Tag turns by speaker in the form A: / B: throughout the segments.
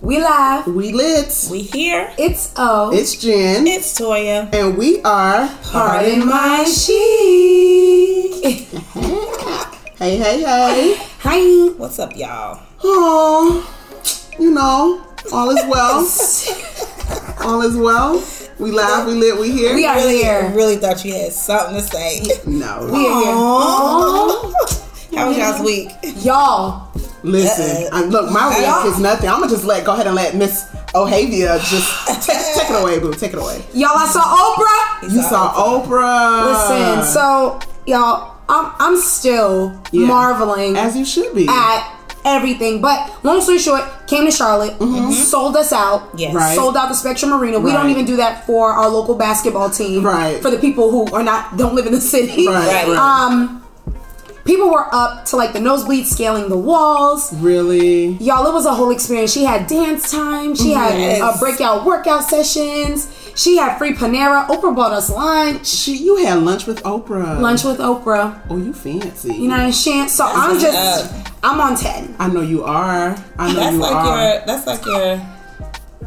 A: We live.
B: We lit.
C: We here.
A: It's O.
B: It's Jen.
C: It's Toya.
B: And we are.
A: Pardon my chic.
B: Hey, hey, hey.
A: Hi.
C: What's up, y'all?
B: Oh, you know, all is well. all is well. We live. We lit. We here.
A: We are
C: I
A: here.
C: really thought you had something to say.
B: No.
A: We are here.
C: How was y'all's week?
A: Y'all.
B: Listen, I, look, my
C: Uh-uh.
B: week is nothing. I'm gonna just let go ahead and let Miss Ohavia just take, take it away, boo. Take it away.
A: Y'all, I saw Oprah.
B: You saw Oprah.
A: Listen, so, y'all, I'm, I'm still
B: Yeah.
A: marveling
B: as you should be.
A: at everything. But long story short, came to Charlotte, sold us out,
C: Yes. Right.
A: sold out the Spectrum Arena. We don't
B: Mm-hmm. Right.
A: even do that for our local basketball team,
B: Right.
A: For the people who are not don't live in the city,
B: Right,
C: Right.
B: right.
A: Um, people were up to like the nosebleed, scaling the walls.
B: really?
A: Y'all, it was a whole experience. She had dance time.
B: Mm-hmm.
A: She had uh,
C: Yes.
A: breakout workout sessions. She had free Panera. Oprah bought us lunch.
B: She, you had lunch with Oprah.
A: Lunch with Oprah.
B: Oh, you fancy.
A: You know what I'm saying? So I'm just, I'm on ten.
B: I know you are. I know
C: That's
B: you
C: like
B: are.
C: your. That's like your.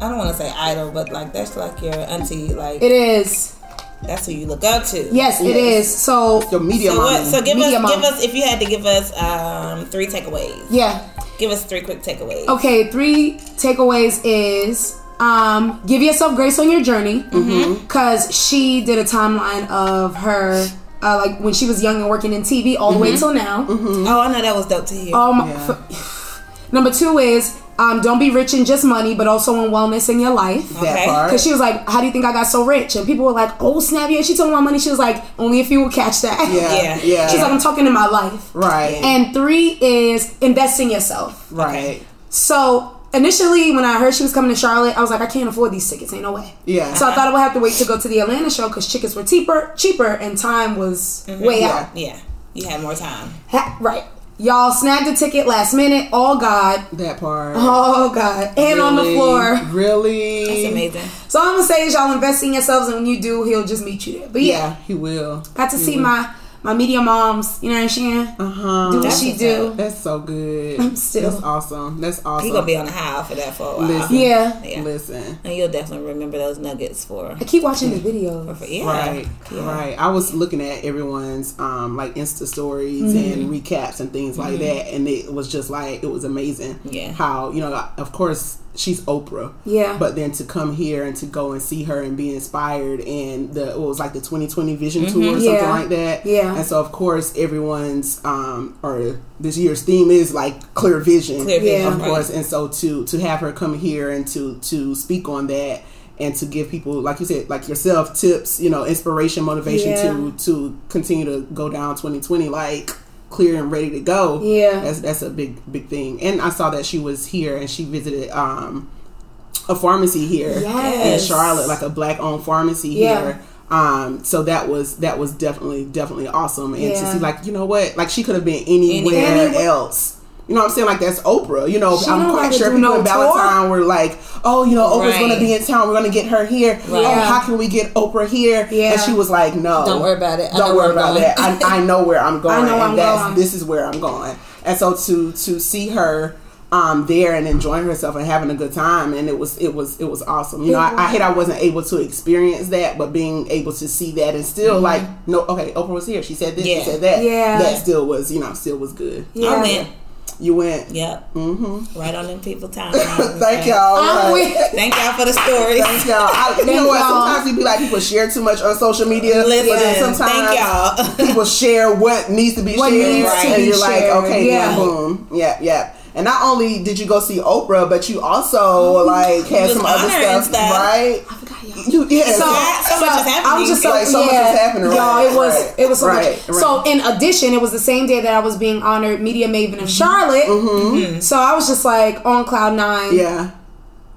C: I don't want to say idol, but like that's like your auntie. Like
A: It is.
C: that's who you look up to.
A: Yes, it
B: Yes.
A: is. So
B: Your media
C: So
B: mommy.
C: what? So give
A: Media
C: us.
A: mom.
C: Give us. If you had to give us um three takeaways,
A: yeah. Oh.
C: give us three quick takeaways.
A: Okay, three takeaways is um give yourself grace on your journey
B: Mm-hmm.
A: because she did a timeline of her uh, like when she was young and working in TV all the way till now.
C: Oh, I know that was dope to hear.
A: Um,
B: Mm-hmm. Yeah.
A: f- number two is um, don't be rich in just money, but also in wellness in your life.
B: that
C: Okay.
B: part.
A: Cause she was like, "How do you think I got so rich?" And people were like, "Oh snap! Yeah, she told me my money." She was like, "Only if you will catch that."
B: yeah, yeah,
C: Yeah.
A: She's like, "I'm talking to my life."
B: right,
A: And three is invest in yourself.
B: right,
A: So initially, when I heard she was coming to Charlotte, I was like, I can't afford these tickets. Ain't no way.
B: yeah.
A: So I thought I would have to wait to go to the Atlanta show because tickets were cheaper, cheaper, and time was way
B: Mm-hmm. Yeah.
A: out.
C: yeah, you had more time.
A: Ha- right. Y'all snagged a ticket last minute. Oh God.
B: that part.
A: Oh God. And on the
B: Really?
A: floor.
B: Really,
C: It's amazing.
A: So I'm gonna say is y'all invest in yourselves, and when you do, he'll just meet you there. But yeah,
B: Yeah, Mm-hmm. he will.
A: got to see my my media moms. You know what I'm saying?
B: Uh huh.
A: Do what
C: That's
A: she
C: what's
A: do.
B: That's so good.
A: I'm still-
B: That's awesome. That's awesome.
C: You gonna be on the high for that for a while.
B: Listen.
A: Yeah.
C: Yeah.
B: Listen.
C: And you'll definitely remember those nuggets for
A: I keep watching the videos.
C: for yeah.
B: Right,
C: Yeah.
B: right. I was looking at everyone's um like Insta stories
C: Mm-hmm.
B: and recaps and things like that, and it was just like it was amazing.
C: Yeah.
B: how you know, of course, she's Oprah.
A: Yeah.
B: but then to come here and to go and see her and be inspired and the it was like the 2020 Vision
C: Mm-hmm.
B: Tour or something
A: Yeah.
B: like that.
A: Yeah.
B: and so of course everyone's um or this year's theme is like clear vision.
C: Clear vision,
A: Yeah.
B: of
C: right.
B: course, and so to to have her come here and to to speak on that and to give people like you said like yourself tips you know inspiration motivation
A: Yeah.
B: to to continue to go down 2020 like clear and ready to go
A: Yeah.
B: that's that's a big big thing and i saw that she was here and she visited um a pharmacy here
A: Yes.
B: in charlotte like a black owned pharmacy
A: Yeah.
B: here um so that was that was definitely definitely awesome and to
A: Yeah.
B: see like you know what like she could have been anywhere,
A: Anywhere.
B: else you know what I'm saying? Like that's Oprah. You know,
A: She
B: I'm
A: don't
B: quite
A: gotta
B: sure
A: do
B: people
A: no
B: in
A: tour.
B: Valentine were like, "Oh, you know, Oprah's gonna
C: Right.
B: be in town. We're gonna get her here. Oh,
A: Yeah.
B: how can we get Oprah here?"
A: Yeah.
B: And she was like, "No,
C: Don't worry about it. I
B: Don't
C: know
B: worry
C: where I'm
B: about that. I, I know where I'm going.
A: know
B: and
A: I'm
B: that's,
A: going.
B: This is where I'm going." And so to to see her um there and enjoying herself and having a good time, and it was it was it was awesome. You know, I, I hate I wasn't able to experience that, but being able to see that and still like, no, okay, Oprah was here. She said this.
C: Yeah.
B: She said that.
A: Mm-hmm. Yeah.
B: that still was you know still was good.
C: I
A: Yeah.
C: went.
B: You went.
C: Yep. Mm-hmm. Right on them people time.
B: Thank y'all.
A: I'm
B: Right.
A: with.
C: Thank y'all for the stories.
B: Thank y'all. I, you know
A: Thank
B: what?
A: y'all.
B: Sometimes we be like people share too much on social media.
C: Listen,
B: but then sometimes
C: thank y'all.
B: people share what needs to be
A: What
B: shared,
A: needs
C: to
B: and
A: be
B: you're
A: shared,
B: like, okay,
A: yeah.
B: yeah. boom, yeah, yeah. And not only did you go see Oprah, but you also like had
C: was
B: some other
C: honored
B: stuff,
C: and stuff.
B: right?
A: I forgot y'all.
B: You yeah.
A: So,
C: Yeah, so
A: so
C: much is
A: I was just so,
B: happening. Like, so much is
A: yeah,
B: happening,
A: y'all.
B: right,
A: It was
B: right,
A: it was so
B: right, Mm-hmm.
A: much. So in addition, it was the same day that I was being honored Media Maven of Charlotte. So I was just like on cloud nine.
B: yeah,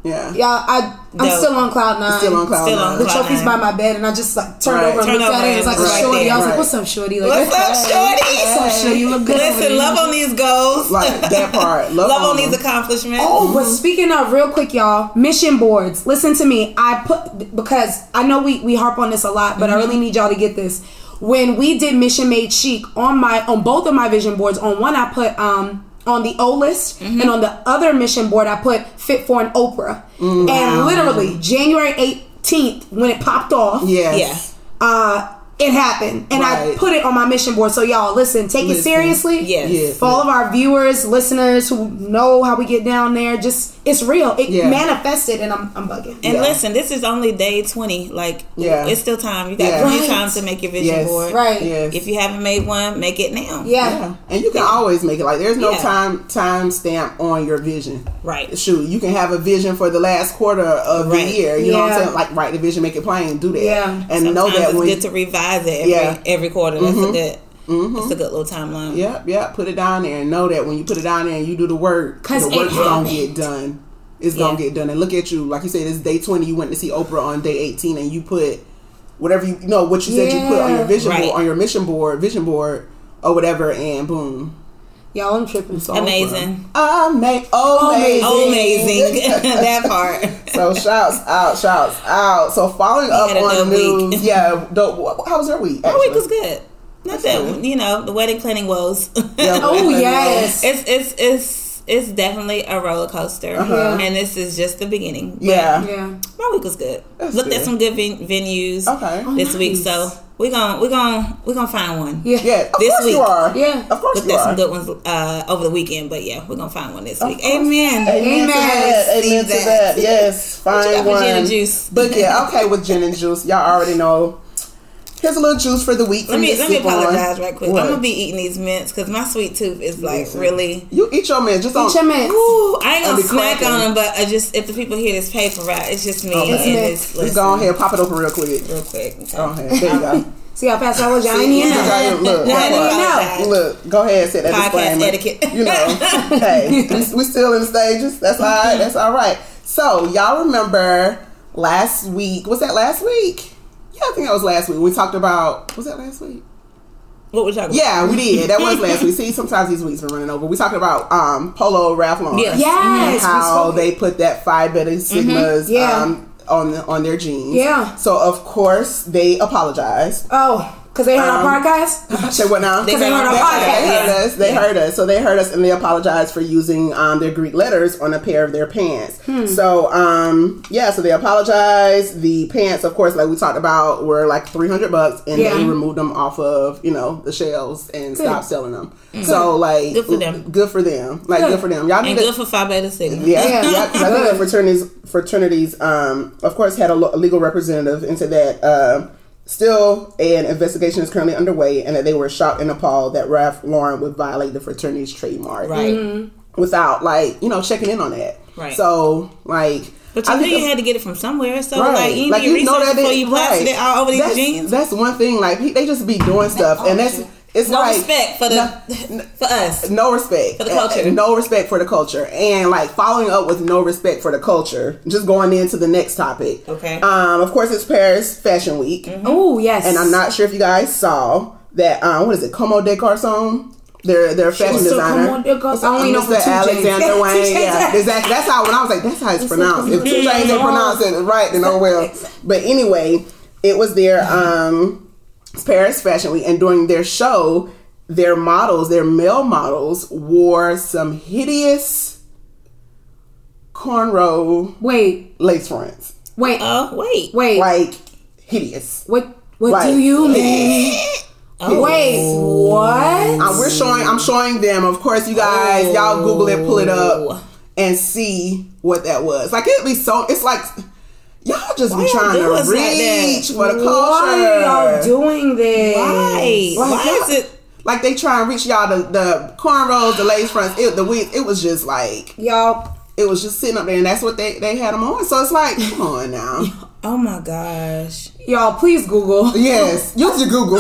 B: yeah,
A: yeah. I I'm
C: Dope.
A: still on cloud nine.
B: Still on cloud
C: Still on
B: nine.
A: The
C: Cloud
A: trophy's by
C: nine.
A: my bed, and I just like turned
B: Right.
A: over and
C: Turn
A: looked at
C: over
A: it. and It was like
C: and
A: a
C: it's
A: shorty.
C: right
A: I was
B: there.
A: like, "What's up, shorty?" Like,
C: What's up, shorty?
A: What's up, shorty? You look good. over
C: Listen,
A: there.
C: love on these goals.
B: Like that part. Love,
C: love on
B: on
C: these
B: them.
C: accomplishments.
A: Oh, but speaking of real quick, y'all, mission boards. Listen to me. I put because I know we we harp on this a lot, but I
C: Mm-hmm.
A: really need y'all to get this. When we did Mission Made Chic on my on both of my vision boards, on one I put um on the O list,
C: Mm-hmm.
A: and on the other mission board, I put fit for an Oprah. And literally, January 18th, when it popped off,
B: Yes.
A: uh, it happened. And I
B: Right.
A: put it on my mission board. So, y'all, listen, take it
B: Listen.
A: seriously.
C: Yes.
B: Yeah.
A: For all of our viewers, listeners who know how we get down there, just it's real. It
B: Yeah.
A: manifested, and I'm, I'm bugging.
C: And
B: Yeah.
C: listen, this is only day 20. Like,
B: Yeah.
C: it's still time. You got
B: Yeah.
C: plenty
A: Right.
C: of time to make your vision
B: Yes.
C: board.
A: Right.
B: Yes.
C: If you haven't made one, make it now.
A: yeah.
B: Yeah. And you can always make it like there's no
C: Yeah.
B: time time stamp on your vision.
C: Right.
B: Shoot, you can have a vision for the last quarter of
C: Right.
B: the year. You know what
A: Yeah.
B: I'm saying? Like write the vision, make it plain, do that.
A: Yeah.
B: And
C: Sometimes
B: know that
C: it's
B: when
C: good to revise it every,
B: Yeah.
C: every quarter. That's a good. That's a good little timeline.
B: Yep, yep. Put it down there and know that when you put it down there and you do the work,
A: 'Cause
B: the
A: it
B: work's gonna
A: happened.
B: get done. It's
C: Yeah.
B: gonna get done. And look at you, like you said, it's day twenty. You went to see Oprah on day eighteen, and you put whatever you, you know what you said you put on
A: Yeah.
B: your vision
C: Right.
B: board, on your mission board, vision board, or whatever, and boom.
A: Y'all, I'm tripping. So
C: Amazing.
B: Ama- amazing.
C: Amazing. that part.
B: So shouts out, shouts out. So following up
C: had a
B: on the
C: dope week.
B: news, yeah. Dope, how was your week?
C: My week
B: actually?
C: was good. Not that you know the wedding planning woes.
B: Yeah,
A: Oh,
B: wedding
A: yes.
C: it's it's it's it's definitely a roller coaster,
A: Yeah.
C: and this is just the beginning. But
B: Uh-huh. Yeah.
A: Yeah.
C: my week was good.
B: That's
C: Looked
B: good.
C: at some good ven- venues
B: Okay.
A: Oh,
C: this week,
A: nice.
C: so we gon' we gon' we gonna find one.
A: Yeah.
B: Yeah. Of
C: This
B: course you
C: week.
B: are.
A: Yeah.
B: Of course
C: Looked
B: you
C: at
B: are.
C: some good ones uh, over the weekend, but yeah, we're gonna find one this week.
B: course.
C: Amen.
B: Amen, to
A: Amen.
B: that. Amen
C: Steve
B: to
C: Zack.
B: that. Yes,
C: you got
B: fine
C: for
B: one.
C: gin and juice?
B: But yeah, okay with gin and juice. Y'all already know. Here's a little juice for the week. for
C: Let
B: you
C: me
B: to
C: let me
B: sip on.
C: apologize right quick.
B: What?
C: I'm gonna be eating these mints because my sweet tooth is like
B: Listen.
C: really.
B: You eat your man. Just
A: Eat your
B: on.
A: mints.
C: Ooh, I ain't
B: I'll
C: gonna
B: be
C: smack
B: cracking.
C: on them, but I just if the people hear this paper right, it's just me.
B: Okay.
C: and
A: It's
C: it's,
B: Just go ahead, pop it open real quick.
C: real quick. Okay.
B: Go ahead. There you go.
A: See how fast I was? Y'all ain't
B: See,
A: even
B: you
A: know.
B: got your- look,
C: Now I
B: that
C: didn't
B: part.
C: know.
B: Look, go ahead and set that
C: Podcast
B: disclaimer.
C: etiquette.
B: You know, hey, we, we still in stages. That's all right. That's all right. So y'all remember last week? Was that last week? Yeah, I think that was last week. We talked about. Was that last week?
C: What we talking
B: Yeah, we did. That was last week. See, sometimes these weeks are running over. We talking about um, Polo Ralph Lauren.
C: Yes.
B: And
A: Yes. we
B: how
A: spoke it.
B: they put that Phi Beta Sigmas
A: Yeah.
B: um, on the, on their jeans.
A: Yeah.
B: So of course they apologized.
A: Oh, because they heard our
B: Um,
A: podcast?
B: Say what now?
C: They
B: they
C: heard
B: um, heard,
C: our podcast, yeah.
B: us. They heard us. So they heard us, and they apologized for using um, their Greek letters on a pair of their pants.
C: Hmm.
B: So um, yeah, so they apologized. The pants, of course, like we talked about, were like three hundred bucks, and
A: Yeah.
B: they removed them off of you know the shelves and stopped selling them. So like
C: Mm. Good for them.
B: Good for them. Like good for them. Y'all need
C: And
B: to
C: good for Phi Beta Sigma.
B: yeah,
A: Yeah.
B: yeah. 'cause I think the fraternities, fraternities, um, of course, had a, lo- a legal representative into that. Uh, still, an investigation is currently underway, and that they were shocked and appalled that Ralph Lauren would violate the fraternity's trademark
C: Right.
B: without, like, you know, checking in on that.
C: Right.
B: So, like,
C: But you
B: I
C: knew
B: think
C: you had to get it from somewhere, so
B: Right.
C: like you need your research before you blasted it all over these
B: that's,
C: jeans.
B: That's one thing. Like he- they just be doing stuff, and that's it's
C: No
B: like
C: respect for the
B: no-
C: for us.
B: no respect
C: For the culture.
B: And no respect for the culture, and like following up with no respect for the culture. Just going into the next topic.
C: Okay. Mm-hmm.
B: Um, of course, it's Paris Fashion Week,
A: Oh, yes.
B: and I'm not sure if you guys saw that. Um, what is it, Como de Garcon? Their their fashion
A: was so
B: designer.
A: Como de Garcon. I only know for
B: Mr.
A: two J's.
B: Alexander
A: Two
B: Wayne.
A: J's.
B: Yeah, exactly. That's how when I was like, that's how it's pronounced. If two James ain't pronounce it right, then oh well. But anyway, it was their um Paris Fashion Week, and during their show, their models, their male models, wore some hideous cornrow
A: Wait,
B: lace fronts,
A: wait,
B: Uh,
C: Oh wait.
A: wait.
B: like hideous.
A: What What
B: Right.
A: do you mean? Wait, what?
B: Uh, we're showing. I'm showing them. Of course, you guys, y'all Google it, pull it
C: Oh.
B: up, and see what that was. Like it'd be so. It's like y'all just
C: y'all
B: be trying
C: do
B: to
C: us like that?
B: reach for the culture.
A: Why are y'all doing this?
C: Why?
B: Like,
C: Why
B: y'all-
C: is it
B: Like they try and reach y'all the, the cornrows, the lace fronts, it, the wig. It was just like
A: Y'all,
B: it was just sitting up there, and that's what they they had them on. So it's like, come on now.
C: Oh my gosh.
A: y'all, please Google.
B: yes, use your Google.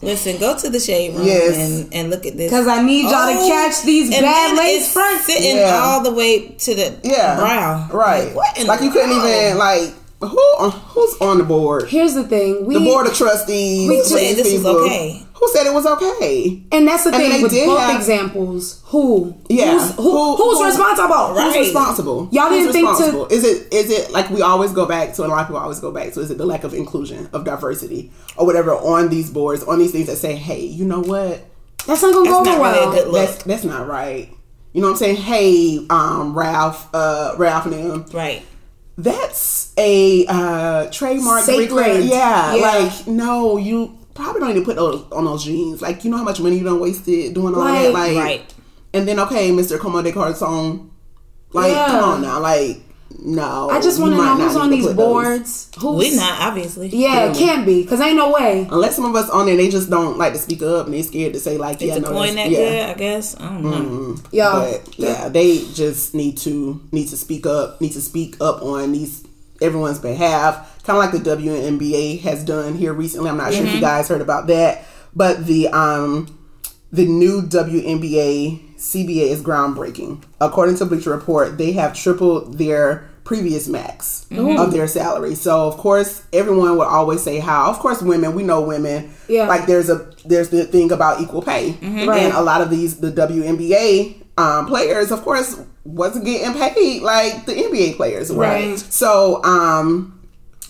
C: Listen, go to the shade room
B: Yes.
C: and, and look at this.
A: Because I need y'all
C: Oh,
A: to catch these
C: and
A: bad
C: then
A: lace
C: it's
A: fronts.
C: sitting
B: Yeah.
C: all the way to the
B: Yeah,
C: brow.
B: Right.
C: what in
B: like
C: the
B: you couldn't
C: world?
B: even like who who's on the board.
A: Here's the thing. We,
B: the board of trustees.
A: We
B: with
A: said
B: these
C: this was
B: people.
C: okay.
B: Who said it was okay?
A: and that's the
B: and
A: thing
B: they
A: with
B: did
A: both
B: have-
A: examples. Who?
B: Yeah.
A: Who's, who,
B: Who-
A: who's
B: who-
A: responsible?
C: Right.
B: Who's responsible?
A: Y'all
B: Who's
A: didn't think to-
B: responsible? Is it is it like we always go back to? And a lot of people always go back to. Is it the lack of inclusion of diversity or whatever on these boards on these things that say, hey, you know what?
A: That's not gonna go
C: That's
A: over
C: not really a
A: well.
C: good look.
B: That's that's not right. You know what I'm saying? Hey, um, Ralph, uh, Ralph and them.
C: Right.
B: That's a uh, trademark.
A: Sacred.
B: reclaim- Yeah,
A: Yeah.
B: Like no, you probably don't need to put those on those jeans. Like you know how much money you done wasted doing all
A: Right.
B: that. Like
C: Right.
B: And then okay, Mister Como de Carton. Like
A: Yeah.
B: come on now, like no.
A: I just
B: you
A: want to
B: might
A: know
B: not
A: who's
B: need
A: on
B: to
A: these
B: put those.
A: boards. Who's
C: We're not, obviously.
A: Yeah, it can't be because ain't no way.
B: Unless some of us on there, they just don't like to speak up and they scared to say like, yeah,
C: It's a
B: no,
C: coin
B: that's-
C: that
B: yeah.
C: good, I guess. I don't know.
A: Mm-hmm. Yo,
B: But yeah, they just need to need to speak up, need to speak up on these everyone's behalf. Kind of like the WNBA has done here recently. I'm not sure if you guys heard about that, but the um the new WNBA CBA is groundbreaking. According to Bleacher Report, they have tripled their previous max of their salary. So of course, everyone would always say how. Of course, women. We know women.
A: Yeah.
B: Like there's a there's the thing about equal pay,
A: Mm-hmm.
B: and a lot of these the WNBA um, players, of course, wasn't getting paid like the NBA players were.
A: Right.
B: So um,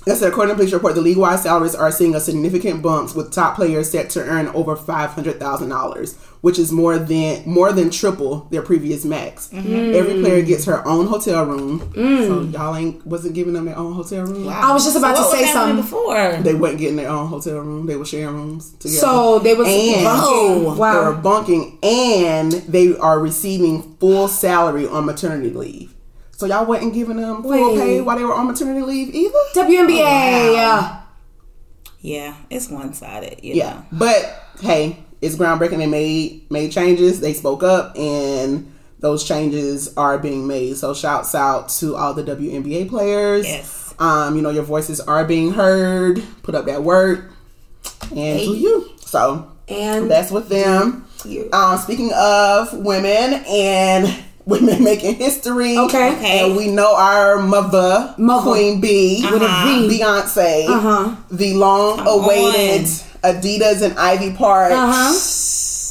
B: like I said, according to Bleacher Report, the league-wide salaries are seeing a significant bumps, with top players set to earn over five hundred thousand dollars, which is more than more than triple their previous max.
A: Mm-hmm.
B: Every player gets her own hotel room,
A: Mm.
B: so y'all ain't wasn't giving them their own hotel room.
A: I was just about
C: What
A: to
C: was
A: say
C: happening
A: something.
C: before?
B: They wasn't getting their own hotel room; they were sharing rooms together.
A: So they was
B: And-
A: Wow.
B: they are bunking, and they are receiving full salary on maternity leave. So y'all wasn't giving them full
A: Wait.
B: pay while they were on maternity leave either.
A: WNBA.
C: Oh, wow.
A: Yeah.
C: Yeah, it's one sided.
B: Yeah, but hey, it's groundbreaking. They made made changes. They spoke up, and those changes are being made. So shouts out to all the WNBA players.
C: Yes.
B: Um, you know your voices are being heard. Put up that work, and do you. So
A: And
B: that's with them.
A: you.
B: Um, speaking of women and women making history.
A: Okay.
C: Okay.
B: And we know our mother,
A: Mother.
B: Queen B,
A: With a V.
B: Beyonce,
A: Uh-huh.
B: the long-awaited Adidas and Ivy Park
A: Uh-huh.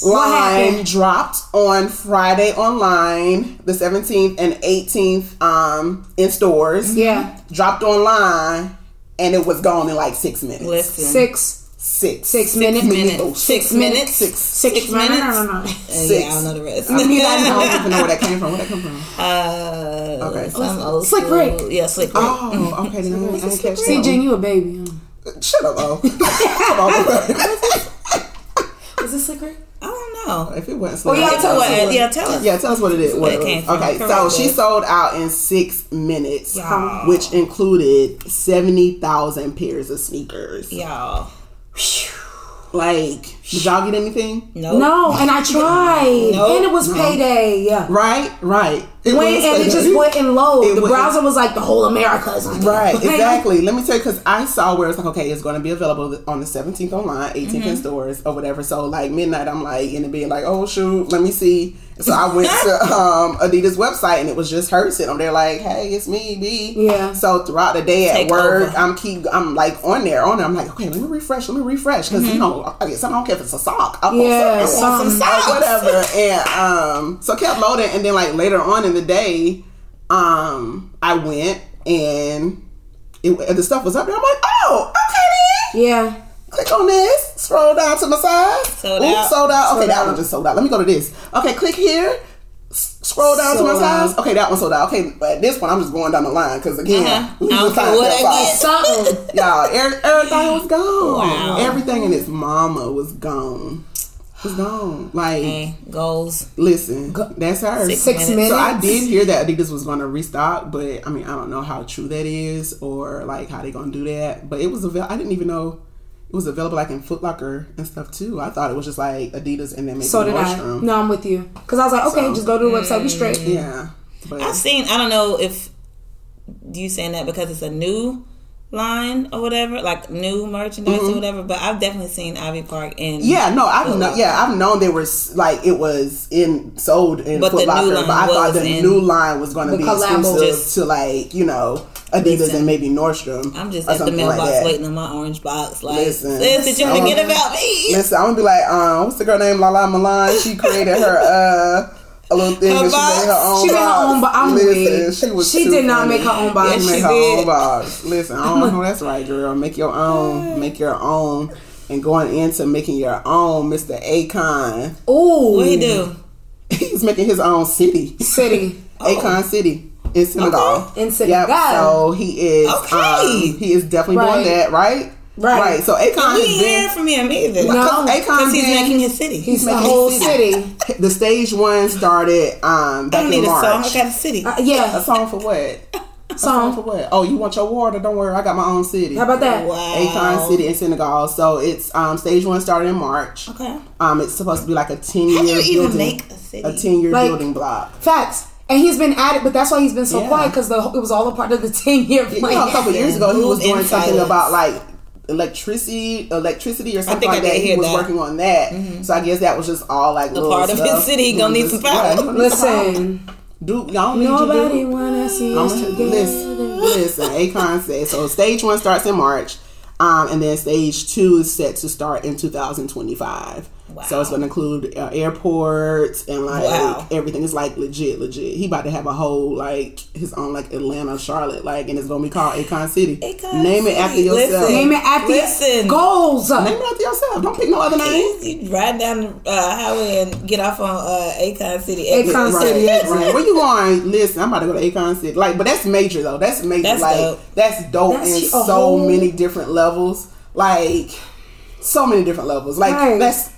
A: What
B: line
A: happened?
B: dropped on Friday online, the 17th and 18th um, in stores.
A: Yeah.
B: Dropped online, and it was gone in like six minutes.
C: Listen.
A: Six.
B: Six.
A: Six minutes.
B: minutes.
A: Oh,
C: Six minutes.
B: Six.
A: Six,
C: Six
A: minutes.
C: minutes.
A: No, no, no.
C: Uh, Yeah, I don't know the rest.
B: You guys don't even know where that came from. Where that come from?
C: uh,
B: Okay.
C: some old
A: Slick
C: school-
A: Rick. Uh-huh.
C: Yeah, slick Rick.
B: Oh, okay. Then I didn't- I didn't catch
A: See,
B: that.
A: Jen, you a baby. huh?
B: one. Shut up, oh. Come on.
A: Is this liquor?
C: I don't know.
B: if it wasn't
A: Well,
B: Slim,
A: yeah,
B: I
A: tell
B: thought
A: us.
B: it was-
C: Yeah, tell us.
B: Yeah, tell us what it is. What
C: it
B: it
C: came
B: was.
C: from.
B: Okay, so
C: Correct
B: she
C: us.
B: sold out in six minutes,
C: Y'all.
B: which included seventy thousand pairs of sneakers.
C: Y'all.
B: Like, did y'all get anything?
C: Nope.
A: No, and I tried.
C: No.
A: and it was payday. Yeah.
B: Right, right. It
A: Went,
B: was-
A: and it just went and low.
B: It
A: The
B: went-
A: browser was like, the whole America is on it.
B: Right,
A: Okay.
B: exactly. Let me tell you because I saw where it's like, okay, it's going to be available on the 17th online, 18th
C: Mm-hmm.
B: in stores or whatever. So like midnight, I'm like in the bed, like, oh shoot, let me see. So I went to um, Adidas website and it was just her sitting on there, like, hey, it's me, B.
A: Yeah.
B: So throughout the day at
C: Take
B: work,
C: over.
B: I'm keep, I'm like on there, on there. I'm like, okay, let me refresh, let me refresh because
C: Mm-hmm.
B: you know, I guess I don't care if it's a sock. I want
A: Yeah,
B: something, I want
A: some-
B: or whatever. And um, so kept loading, and then like later on in the day, um, I went and it, and the stuff was up there. I'm like, oh, okay then.
A: Yeah.
B: Click on this. Scroll down to my side.
C: Sold
B: Ooh,
C: out.
B: Sold out. Okay,
A: Sold
B: that
A: out.
B: one just sold out. Let me go to this. Okay, click here. S- Scroll down to my
A: Sold
B: size. Okay, that one sold out. Okay, but this one I'm just going down the line because again,
C: Uh-huh.
B: who's
C: I don't
B: the
C: care
B: size
C: what
B: that
C: I
B: size?
C: get.
A: Something.
B: Y'all, every- everything was gone.
C: Wow.
B: Everything in his mama was gone. Was gone. Like,
C: Okay, goals.
B: listen, that's her.
A: Six minutes.
B: So I did hear that Adidas was going to restock, but I mean, I don't know how true that is or like how they going to do that. But it was available. I didn't even know it was available like in Foot Locker and stuff too. I thought it was just like Adidas and then maybe
A: So did I.
B: Nordstrom.
A: No, I'm with you. Because I was like, okay, just go to the website. We straight.
B: Yeah.
C: I've
B: But
C: seen. I don't know if you saying that because it's a new line or whatever, like new merchandise or whatever. But I've definitely seen Ivy Park in.
B: Mm-hmm. yeah, no, I've
C: Foot
B: kno-
C: Locker.
B: yeah, I've known they were s- like it was in sold in
C: But the
B: Foot
C: new
B: Locker,
C: line
B: but I thought
C: was
B: the
C: in-
B: new line was going to
A: The
B: be
A: collab was-
B: exclusive to like you know Adidas and maybe Nordstrom.
C: I'm just
B: or
C: at the
B: something
C: mailbox
B: that.
C: waiting on my orange box. Like,
B: Listen.
C: sis, did you
B: So-
C: forget about me?
B: Listen, I'm gonna be like, um, what's the girl named Lala Milan? She created her uh a little thing.
C: Her
B: and she
C: box.
B: made her own.
A: She made her
B: box.
A: own bo- I'm
B: Listen,
A: weak.
B: She, was
A: She
B: too
A: did not
B: funny.
A: make her own box.
B: Yeah, she
C: Yes,
B: made
C: she
B: her own
C: did.
B: box. Listen, I don't know. That's right, girl. Make your own. Make your own. And going into making your own, Mr. Akon.
A: Ooh.
C: What he do?
B: he's making his own city,
A: City.
C: Oh.
B: Akon City in Senegal.
A: In
B: Yep.
A: Senegal.
B: So he is.
C: Okay.
B: um, he is definitely
A: Right.
B: doing that, right?
A: Right.
B: So Akon
C: He
B: has
C: didn't hear
B: been.
C: from him either.
A: No.
B: Because Akon
C: Because he's
B: been-
C: making his city.
A: He's the
B: making
A: whole
B: it
A: city.
B: the stage one started um
C: I
B: back
C: don't
B: in
C: need a
B: March.
C: song. I got a city.
A: Uh, yeah.
B: A song for what? Song for
A: Song.
B: what? Oh, you want your water? Don't worry, I got my own city.
A: How about that?
C: Wow.
B: Akon City in Senegal. So it's um stage one started in March.
C: Okay.
B: Um, it's supposed to be like a ten
C: How do
B: year
C: you even
B: building,
C: make a city?
B: a ten year
A: Like-
B: building block.
A: Facts. And he's been at it, but that's why he's been so
B: Yeah.
A: quiet because it was all a part of the ten year
B: You know, a
A: plan.
B: couple years ago, he was
C: Move
B: doing
C: in
B: something
C: silence.
B: about like electricity, electricity or something
C: think I
B: like that.
C: did
B: He
C: hear
B: was
C: that. Mm-hmm.
B: working on that. So I guess that was just all like little
C: part of his
B: stuff.
C: city, he gonna need some power.
B: yeah, he gonna need some power.
A: Listen,
B: Dude, y'all need you
A: nobody
B: to do-
A: wanna see
B: I'm
A: us
B: gonna-
A: together.
B: listen, listen. Akon said so. Stage one starts in March, um, and then stage two is set to start in 2025. So it's
C: Wow.
B: going to include uh, airports and like
C: Wow.
B: everything. It's like legit, legit. He about to have a whole like his own like Atlanta, Charlotte, like, and it's going to be called Akon City.
C: Akon
B: Name it
C: City.
B: after yourself.
C: Listen.
A: Name it after
C: Listen.
A: goals.
B: Name it after yourself. Don't pick no other name.
C: You you ride down the uh, highway and get off on uh, Akon City.
A: Akon
B: right,
A: City,
B: Right.
A: yes.
B: Where you going? Listen, I'm about to go to Akon City. Like, but that's major though. That's major.
C: That's
B: like
C: dope.
B: that's dope
A: That's
B: in
A: hu- a
B: so
A: whole-
B: many different levels. Like so many different levels. Like
A: Right.
B: that's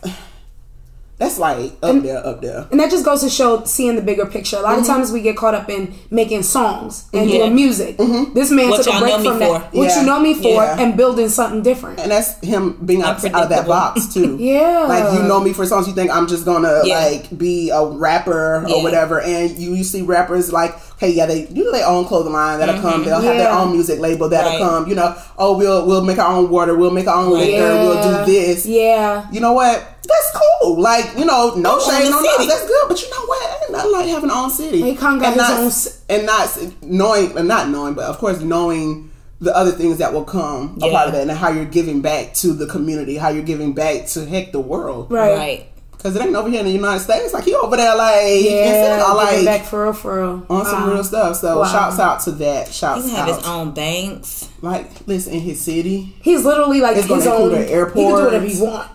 B: that's like up there, up there.
A: And that just goes to show seeing the bigger picture. A lot
B: Mm-hmm.
A: of times we get caught up in making songs and doing music.
B: Mm-hmm.
A: This man
C: What
A: took a
C: y'all
A: break
C: know me
A: from that.
C: for.
A: What
B: Yeah.
A: you know me for
B: Yeah.
A: and building something different.
B: And that's him being out, out of that
C: Unpredictable.
B: box too.
A: Yeah.
B: Like you know me for songs, you think I'm just gonna
C: Yeah.
B: like be a rapper or
C: Yeah.
B: whatever. And you, you see rappers like, hey, yeah, they you know their own clothing line that'll come, they'll have their
A: Yeah.
B: own music label that'll
C: Mm-hmm. Right.
B: come, you know, oh we'll we'll make our own water, we'll make our own liquor, we'll do this.
A: Yeah.
B: You know what? That's cool. Like, you know, no
C: Own
B: shade,
C: the
B: no
C: city.
B: nothing. That's good. But you know what? Ain't nothing like having our own city.
A: Akon got his
B: not,
A: own ci-
B: And not s- knowing, and not knowing, but of course knowing the other things that will come a
C: Yeah.
B: part of that and how you're giving back to the community, how you're giving back to heck the world.
A: Right.
C: Right.
B: Because it ain't over here in the United States. Like, he over there, like, in
A: Yeah.
B: Senegal,
A: Giving
B: like,
A: back for real, for real. Um,
B: on some
A: Wow.
B: real stuff. So,
A: Wow.
B: shouts out to that.
C: He
B: Shouts
C: can
B: out.
C: have his own banks.
B: Like, listen, in his city,
A: He's literally like
B: It's gonna
A: his own.
B: include an
A: He can
B: airport.
A: do whatever he want.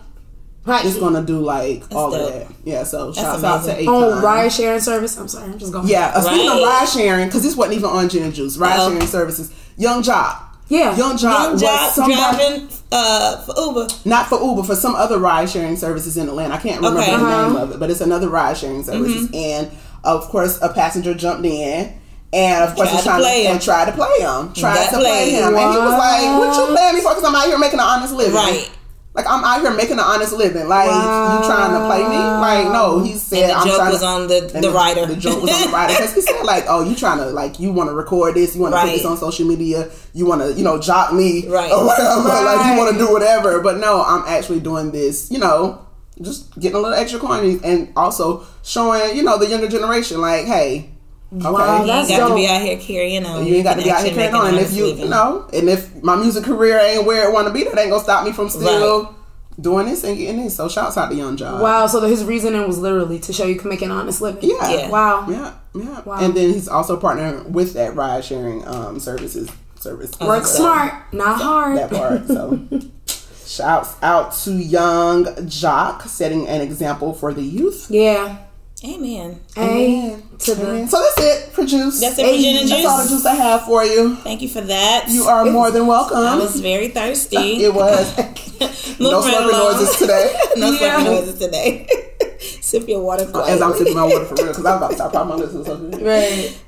A: Right.
B: it's going to do, like, all
C: dope.
B: of that. Yeah, so shouts out to
C: amazing.
B: Akon.
A: own Oh, ride sharing service. I'm sorry, I'm just going.
B: Yeah, uh, speaking of
C: Right.
B: ride sharing, because this wasn't even on Gin and Juice, ride
C: Uh-oh.
B: sharing services. Young Job.
A: Yeah.
B: Young Job
C: Young
B: was
C: job
B: somebody,
C: driving uh, for Uber.
B: not for Uber, for some other ride sharing services in Atlanta. I can't remember
C: Okay. Mm-hmm.
B: the
A: Uh-huh.
B: name of it, but it's another ride sharing services. And of course, a passenger jumped in. And of course,
C: Tried
B: was
C: to
B: trying
C: play
B: to,
C: him.
B: and tried to play him. Tried
C: Got
B: to play
C: played.
B: him. And he was like, What you
A: What?
B: playing me for? Because I'm out here making an honest living.
C: Right.
B: Like, I'm out here making an honest living. Like, you trying to play me? Like, no. He said,
C: And the
B: I'm
C: joke
B: trying
C: was
B: to.
C: on the,
B: And
C: the rider.
B: The joke was on the rider because he said like, "Oh, you trying to like you want to record this, you want to put
C: Right.
B: this on social media, you want to you know jock me
C: Right.
B: or whatever, like you
A: Right.
B: want to do whatever." But no, I'm actually doing this, you know, just getting a little extra coin and also showing you know the younger generation like, hey, okay,
A: Wow,
C: you ain't
A: that's
C: got to be
A: dope.
C: out here carrying on.
B: you ain't got to
C: can
B: be out
C: actually
B: here carrying
C: make an
B: on. And if
C: honest
B: you,
C: living.
B: you know, and if my music career ain't where it want to be, that ain't gonna stop me from still doing this and getting this. So shouts out to Young John.
A: Wow. So his reasoning was literally to show you can make an honest living.
B: Yeah.
C: Yeah.
A: Wow.
B: Yeah, yeah. And then he's also partnering with that ride sharing um, services service.
A: Work
B: So,
A: smart, not hard.
B: That part. So shouts out to young jock setting an example for the youth.
A: Yeah.
C: Amen.
A: A to the.
B: So that's it for juice.
C: That's it for gin and
B: That's all the
C: juice.
B: juice I have for you.
C: Thank you for that.
B: You are more than
C: I
B: welcome.
C: was very thirsty.
B: It was no
C: Moving right
B: slurping
C: along.
B: noises today.
C: no
A: Yeah.
C: slurping noises today. Sip your water quietly.
B: As I'm sipping my water for real, because I'm about to start talking about this. So
A: Right.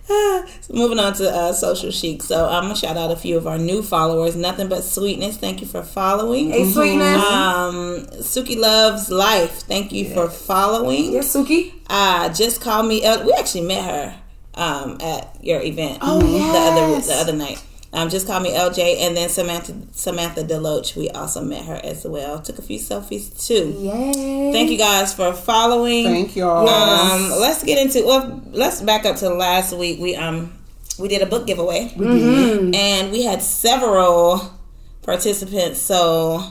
C: So moving on to uh, social chic. So I'm gonna shout out a few of our new followers. Nothing but sweetness. Thank you for following.
A: Hey, sweetness.
C: Um, Suki loves life. Thank you for following.
A: Yes, Suki.
C: Uh, just call me. Uh, we actually met her um, at your event Mm-hmm.
A: yes.
C: the other the other night. Um, just call me LJ, and then Samantha Samantha Deloach. We also met her as well. Took a few selfies too.
A: Yay.
C: Thank you guys for following.
B: Thank y'all.
C: Um, let's get into well. Let's back up to last week. We um we did a book giveaway, and we had several participants. So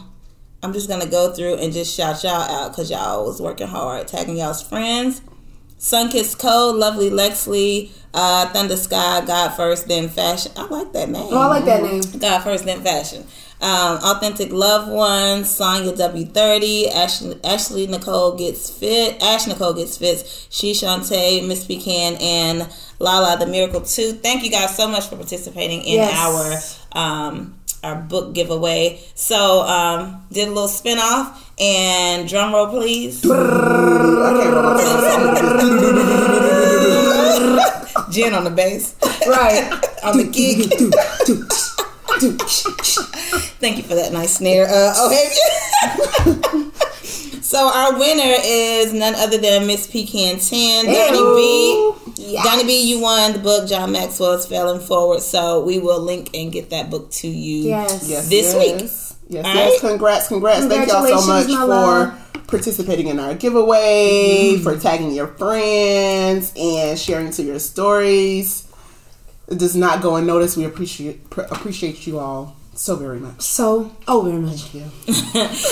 C: I'm just gonna go through and just shout y'all out because y'all was working hard, tagging y'all's friends. Sunkiss Co, Lovely Lexley, uh, Thunder Sky, God First Then Fashion. I like that name.
A: Oh, I like that name.
C: God First Then Fashion. Um, Authentic Loved Ones, Sonya W30, Ashley, Ashley Nicole Gets Fit, Ash Nicole Gets Fits, She Shantae, Miss Pecan, and Lala the Miracle 2. Thank you guys so much for participating in
A: Yes.
C: our um, our book giveaway. So, um, did a little spin off and drum roll, please. Jen on the bass.
A: Right.
C: on the gig. Thank you for that nice snare. Uh, oh, so our winner is none other than Miss Pecan Tan, Donnie B. Donnie B, you won the book John Maxwell's Failing Forward. So we will link and get that book to you
A: Yes.
B: Yes, yes.
C: this week.
B: Yes,
C: All
B: yes.
C: right.
B: Congrats, congrats. Thank y'all so much
A: Congratulations, my love.
B: for participating in our giveaway, for tagging your friends, and sharing to your stories. It does not go unnoticed. We appreciate pr- appreciate you all so very much.
A: So, oh, very much.
B: Yeah.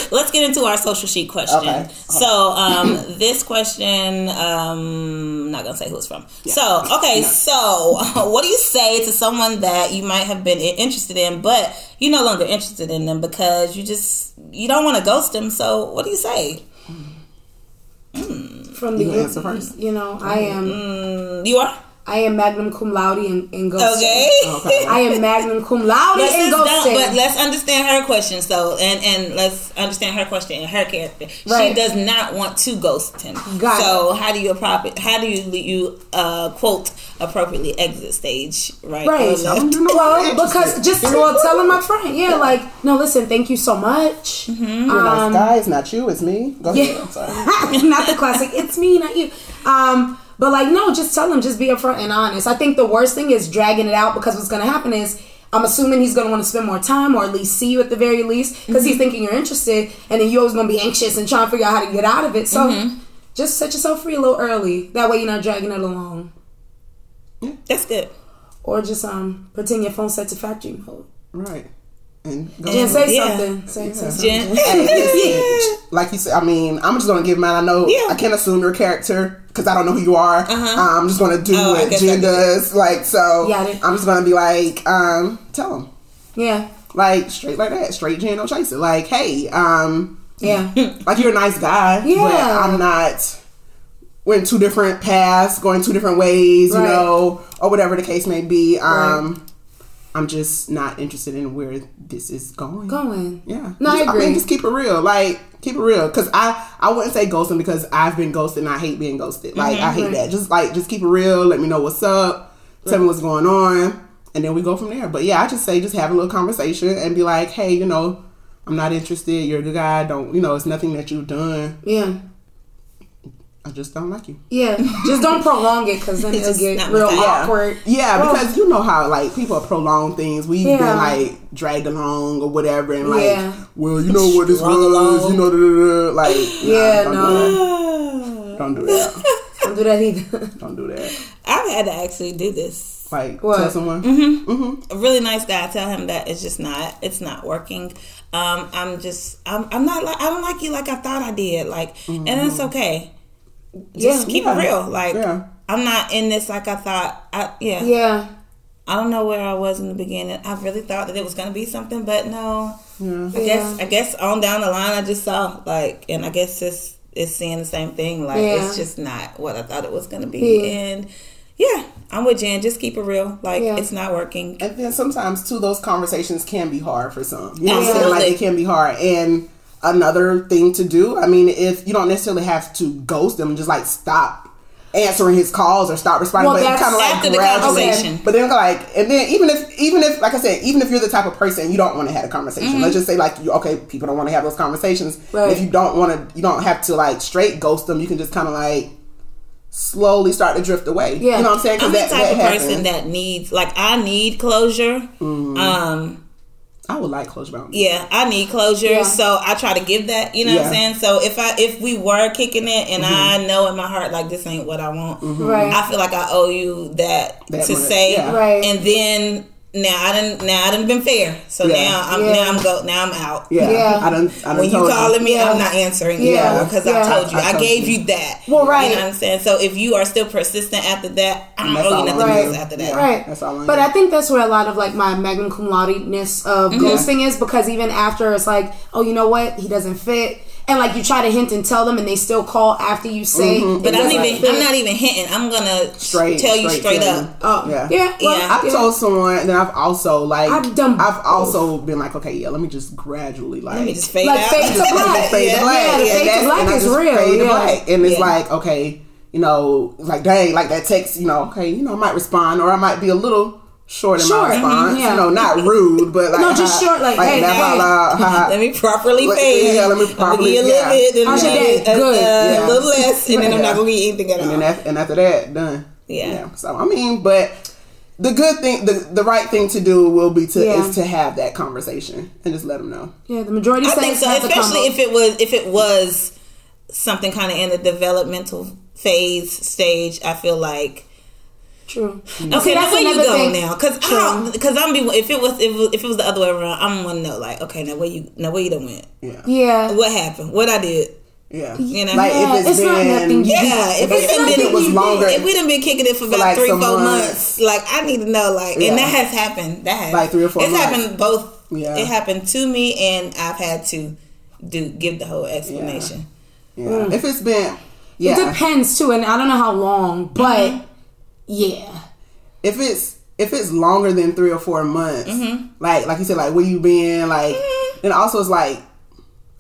C: Let's get into our social sheet question.
B: Okay.
C: So, um, this question, um, I'm not gonna say who it's from. So, okay, so what do you say to someone that you might have been i- interested in, but you're no longer interested in them because you just you don't want to ghost them? So, what do you say?
A: From the
B: You answer first.
A: You know, I
C: Mm.
A: am
C: You are
A: I am magnum cum laude in, in ghosting.
C: okay.
B: Oh, Okay.
A: I am magnum cum laude
C: Let's
A: in
C: just don't, but
A: ghosting.
C: let's understand her question. So, and and let's understand her question and her character. She
A: Right.
C: does not want to ghost him.
A: Got
C: so, how do you appropriate? How do you you uh, quote appropriately exit stage right?
A: Right.
C: or left?
A: Well, because just well, telling my friend, yeah, like, no, listen, thank you so much.
C: Mm-hmm.
B: You're a nice guy. It's not you. It's me. Go ahead.
A: Yeah.
B: I'm sorry.
A: not the classic. It's me, not you. Um, but like, no, just tell him. Just be upfront and honest. I think the worst thing is dragging it out because what's going to happen is I'm assuming he's going to want to spend more time or at least see you at the very least because he's thinking you're interested, and then you're always going to be anxious and trying to figure out how to get out of it. So. Just set yourself free a little early. That way you're not dragging it along.
C: That's good.
A: Or just um pretend your phone set to factory mode.
B: Right. And go
A: And say
C: Yeah.
A: something. Say, say something.
C: Jen.
B: like you said, I mean, I'm just gonna give mine. I know
C: Yeah.
B: I can't assume your character because I don't know who you are. Uh-huh. I'm just gonna do
C: Oh, I
B: what
C: guess I
B: Jen does. Like so,
A: Yeah, I did.
B: I'm just gonna be like, um, tell him
A: Yeah.
B: like straight like that, straight Jen, don't chase it. Like, hey, um,
A: Yeah.
B: like you're a nice guy.
A: Yeah.
B: but I'm not. We're in two different paths, going two different ways,
A: Right.
B: you know, or whatever the case may be. Um, I'm just not interested in where this is going.
A: Going.
B: Yeah.
A: No, I
B: Just-
A: agree.
B: mean, just keep it real. Like, keep it real. Because I, I wouldn't say ghosting because I've been ghosted and I hate being
A: Mm-hmm,
B: ghosted. Like, I hate that. Just, like, just keep it real. Let me know what's up. Tell me what's going on. And then we go from there. But yeah, I just say just have a little conversation and be like, hey, you know, I'm not interested. You're a good guy. Don't, you know, it's nothing that you've done.
A: Yeah.
B: I just don't like you.
A: Yeah, just don't prolong it because then it'll
C: Just
A: get
C: not
A: real
C: with that.
B: Yeah.
A: awkward.
B: Yeah, because you know how like people prolong things. We've
A: Yeah.
B: been like dragged along or whatever, and like,
A: Yeah.
B: well, you know what this
C: Strung
B: was,
C: along.
B: you know, da, da, da. like, nah,
A: Yeah,
B: don't
A: no.
B: do that. Don't do that.
A: Don't do that either.
B: don't do that.
C: I've had to actually do this.
B: Like,
A: What?
B: tell someone.
C: A really nice guy. I tell him that it's just not. It's not working. Um, I'm just. I'm. I'm not. Like, I don't like you like I thought I did. Like, and it's okay. Just
A: Mm-hmm. Yeah.
C: keep
B: Yeah.
C: it real. Like,
B: Yeah.
C: I'm not in this like I thought. I yeah.
A: yeah,
C: I don't know where I was in the beginning. I really thought that it was gonna be something, but no. I
A: Yeah.
C: guess I guess on down the line I just saw like and I guess it's it's seeing the same thing. Like it's
A: Yeah.
C: just not what I thought it was gonna be.
A: Yeah.
C: And yeah, I'm with Jan. Just keep it real. Like
A: Yeah.
C: it's not working.
B: And then sometimes too, those conversations can be hard for some. You know what I'm saying?
C: Absolutely.
B: Like they can be hard. And another thing to do, I mean, if you don't necessarily have to ghost them, just like stop answering his calls or stop responding.
A: Well,
B: but
A: that's
B: kind of like
C: after the
B: gradually-
C: conversation.
B: But then like, and then even if even if like I said, even if you're the type of person you don't want to have a conversation,
C: Mm-hmm.
B: let's just say like you okay, people don't want to have those conversations.
A: Right.
B: If you don't want to, you don't have to like straight ghost them. You can just kind of like slowly start to drift away.
A: Yeah.
B: You know what I'm saying? 'Cause
C: I'm the
B: that-
C: type
B: that
C: of
B: happens. Mm.
C: person that needs like I need closure. Um
B: I would like closure boundaries.
C: yeah, I need closure,
A: Yeah.
C: so I try to give that. You know what I'm
B: Yeah. Mm-hmm.
C: saying? So if I if we were kicking it, and I know in my heart like this ain't what I want,
A: right.
C: I feel like I owe you that,
B: That
C: to
B: much,
C: say,
B: yeah.
A: Right.
C: and then now I didn't now I didn't been fair. So
B: Yeah.
C: now I'm
A: Yeah.
C: now I'm go now I'm out.
B: Yeah,
A: Yeah.
B: I don't. I done
C: When you
B: told
C: calling me,
A: Yeah.
C: I'm not answering
A: Yeah.
C: yeah. because
A: Yeah.
C: I told you.
B: I
C: I,
B: told
C: gave
B: you.
C: you that.
A: Well, right.
C: You know what I'm saying? So if you are still persistent after that, I don't
B: That's
C: owe
B: all
C: you nothing
B: on
A: you.
C: else after that.
B: Yeah.
A: Right.
B: Oh, That's all I
A: But
B: knew.
A: I think that's where a lot of like my magna cum laude-ness of
C: Mm-hmm.
A: ghosting is because even after it's like, oh, you know what? He doesn't fit. And like you try to hint and tell them and they still call after you say
B: Mm-hmm.
A: it
C: But I'm
A: doesn't
C: even
A: fit.
C: I'm not even hinting. I'm gonna
B: Straight-
C: tell you
B: straight
C: straight
B: to
C: up.
B: him.
A: Oh, yeah.
B: Yeah.
A: Yeah. well,
C: Yeah.
B: I've told someone, and I've also like
A: I've done
B: I've also been like, okay, yeah, let me just gradually like
C: Let me just fade
A: Like,
C: out.
A: fade to black.
B: fade
A: Yeah,
B: to black.
A: yeah, the fade to
B: and that's-
A: black
B: and I
A: is
B: just
A: real,
B: fade
A: yeah.
B: to black. And it's
C: Yeah.
B: like, okay, you know, like dang, like that text, you know, okay, you know, I might respond or I might be a little short in
A: Short,
B: my response.
A: mhm, yeah.
B: You know, not rude, but like
A: No, just
B: ha,
A: short, like, hey,
B: blah,
A: hey.
B: blah, blah, ha, ha.
C: Let me properly
B: Let-
C: fade.
B: yeah, let me properly-
C: I'm gonna get a little
B: yeah.
C: bit, then
A: How's
C: I'm
A: your
C: gonna
A: day?
C: get a,
A: Good.
C: a
B: Yeah.
C: little less, and then I'm
B: Yeah.
C: not gonna get anything at all.
B: and then af- and after that, done.
C: Yeah.
B: So I mean, but the good thing, the the right thing to do will be to
A: Yeah.
B: is to have that conversation and just let them know.
A: Yeah, the majority
C: I
A: say
C: think
A: it's
C: so,
A: not the
C: especially
A: combo.
C: if it was if it was something kind of in the developmental phase stage. I feel like
A: True.
B: Mm.
C: okay,
A: that's
C: now where you
A: another thing.
C: go now? Because because I'm be if it was if it was, if it was the other way around, I'm gonna know like okay now where you now where you done went?
B: Yeah.
A: Yeah.
C: What happened? What I did?
B: Yeah.
C: You know?
B: Like
A: Yeah,
B: if it's,
A: it's not nothing
B: been
A: you
C: Yeah,
B: if
C: if,
B: it's
C: it's
B: something
C: been
B: that was longer-
C: if we done been kicking it for about
B: like
C: three, four
B: some
C: months, like I need to know, like,
B: Yeah.
C: and that has happened. That has
B: Like three or four
C: It's
B: months.
C: happened both.
B: Yeah.
C: it happened to me, and I've had to do give the whole explanation.
B: yeah.
C: Mm.
B: if it's been yeah
A: It depends too, and I don't know how long, but
C: Mm-hmm.
A: yeah.
B: if it's if it's longer than three or four months,
C: Mm-hmm.
B: like like you said, like where you been, like and also it's like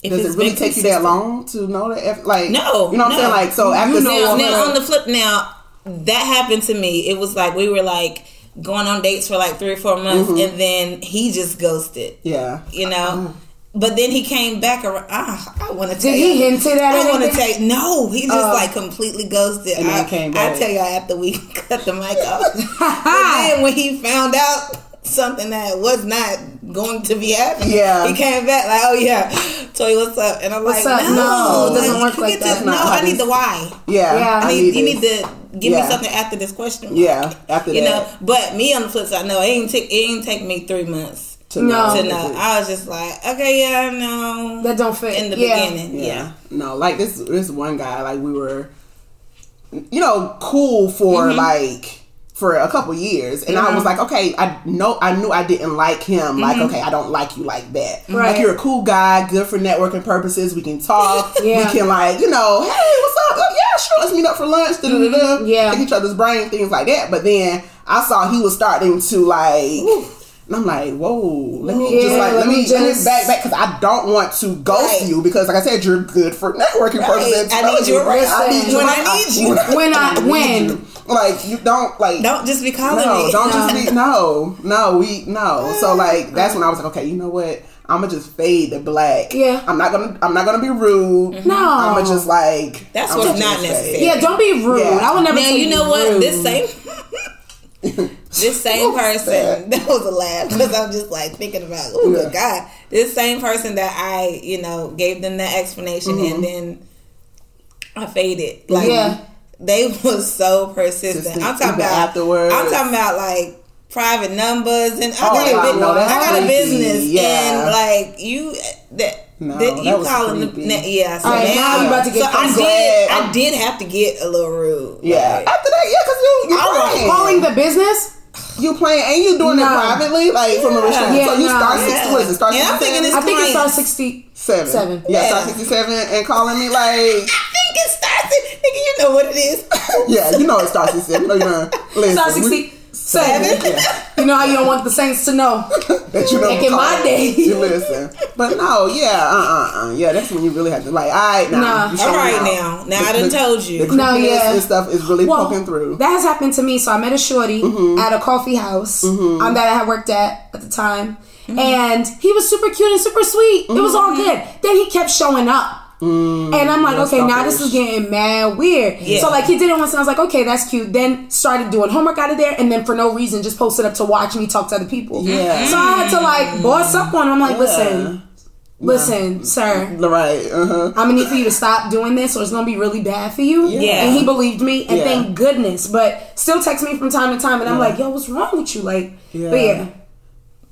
C: If
B: does
C: it's
B: it really
C: been
B: take you that
C: consistent.
B: long to know that? If, like
C: No,
B: you know what I'm
C: no.
B: saying? Like so after so
C: Now, now on the flip, now that happened to me. It was like we were like going on dates for like three or four months,
B: Mm-hmm.
C: and then he just ghosted.
B: yeah
C: You know. But then he came back around. Ah, I want to tell
A: Did
C: you.
A: he hint it at
C: I want to
A: anything?
C: tell you. No, he just like completely ghosted.
B: And then
C: I,
B: came
C: I
B: back.
C: tell y'all after we cut the mic off. but then when he found out something that was not going to be happening,
B: Yeah.
C: he came back like, oh yeah, Toy, what's up? And I'm
A: What's
C: like,
A: up?
C: no,
A: No, it doesn't work
C: you
A: like
C: get
A: that.
C: to-
A: No,
C: No,
B: I
C: I need
B: just-
C: the why.
B: yeah
A: Yeah.
C: I need, you
B: this.
C: need to give
B: Yeah.
C: me something after this question. mark.
B: yeah after
C: You
B: that
C: know, but me on the flip side, no, it ain't take it ain't take me three months
B: to
A: No.
B: know
C: to know. I was just like, okay, yeah, no.
A: That don't fit.
C: in the
A: yeah.
C: beginning,
B: yeah.
C: yeah.
B: No, like this this one guy, like we were you know, cool for
A: Mm-hmm.
B: like for a couple years and I was like, okay, I know I knew I didn't like him. Like, okay, I don't like you like that.
A: Mm-hmm. Right.
B: Like you're a cool guy, good for networking purposes. We can talk.
A: Yeah.
B: We can like, you know, hey, what's up? Oh, yeah, sure, let's meet up for lunch. Da, da, da, da.
A: Mm-hmm. Yeah.
B: Pick each other's brain, things like that. But then I saw he was starting to like and I'm like, whoa, let me just
A: Yeah,
B: like let,
A: let
B: me,
A: me
B: let
A: just-
B: me back back because I don't want to ghost
C: Right.
B: you because, like I said, you're good for networking purposes.
C: I need you around.
B: I need you
C: When
B: around.
C: I need you.
A: When I- when.
B: you. Like you don't like
C: Don't just be calling
B: no
C: me.
B: don't just be no no we no. So like that's when I was like, okay, you know what? I'm gonna just fade to black.
A: Yeah.
B: I'm not gonna I'm not gonna be rude.
A: No.
B: I'm gonna just like
C: Mm-hmm. That's
B: I'm
C: what's
B: just
C: not
B: gonna
C: necessary.
B: fade.
A: Yeah, don't be rude.
B: Yeah.
A: I would never
C: Now
A: say
C: you know
A: be
C: what?
A: rude.
C: This same this same person that was a laugh because I'm just like thinking about oh
B: Yeah.
C: good God, this same person that I you know gave them that explanation and then I faded like
A: Yeah.
C: they was so persistent.
B: Persistent,
C: I'm talking
B: even
C: about
B: afterwards.
C: I'm talking about like private numbers and I
B: Oh,
C: got, a,
B: God,
C: bu-
B: no, that's
C: I got a
B: creepy.
C: business
B: Yeah.
C: and like you that.
B: No,
C: that you
B: that was
C: calling the
B: creepy.
C: yeah so
A: All right, now you about to get
C: so I
A: I'm
C: did
B: glad-
C: I did have to get a little rude
B: Yeah.
C: Like,
B: After that, yeah, because you you
C: I was
B: playing.
A: Calling the business?
B: you playing and you doing
A: No.
B: it privately, like from a restaurant.
A: Yeah,
B: so you
A: no.
B: start six, what is it? Start
C: And
B: 67?
C: I'm thinking it's
A: I think it starts
C: Clients.
A: 60.
B: seven.
A: seven.
B: Yeah,
C: Yeah.
B: start sixty seven and calling me like,
C: I think it starts. Nigga, you know what it is.
B: yeah, you know it starts sixty seven. You know you're listen,
A: Start
B: we-
A: 67.
B: Yeah,
A: You know how you don't want the saints to know.
B: that you know.
A: Back in my day.
B: you listen, but no, yeah, uh, uh, uh, yeah. That's when you really have to like, all right, now,
A: Nah.
B: you
C: All
B: show me
C: right
B: out.
C: now, now I
B: The-
C: done
B: the-
C: told
B: The
C: you.
B: creepiness
A: No, yeah.
B: and stuff is really
A: Well,
B: poking through. Mm-hmm.
A: That has happened to me. So I met a shorty at a coffee house um, that I had worked at at the time, and he was super cute and super sweet. It was all good. Then he kept showing up. And I'm like,
B: Mm, that's
A: okay,
B: not
A: now
B: fair.
A: this is getting mad weird.
C: Yeah.
A: So like, he did it once, and I was like, okay, that's cute. Then started doing homework out of there, and then for no reason, just posted up to watch me talk to other people.
B: Yeah.
A: So I had to like boss up on him. I'm like,
B: Yeah.
A: listen, listen, sir,
B: right, uh huh.
A: I'm gonna need for you to stop doing this, or it's gonna be really bad for you.
B: Yeah.
A: And he believed me, and
B: Yeah.
A: thank goodness. But still, text me from time to time, and I'm like, "Yo, what's wrong with you?" Like,
B: Yeah.
A: but yeah,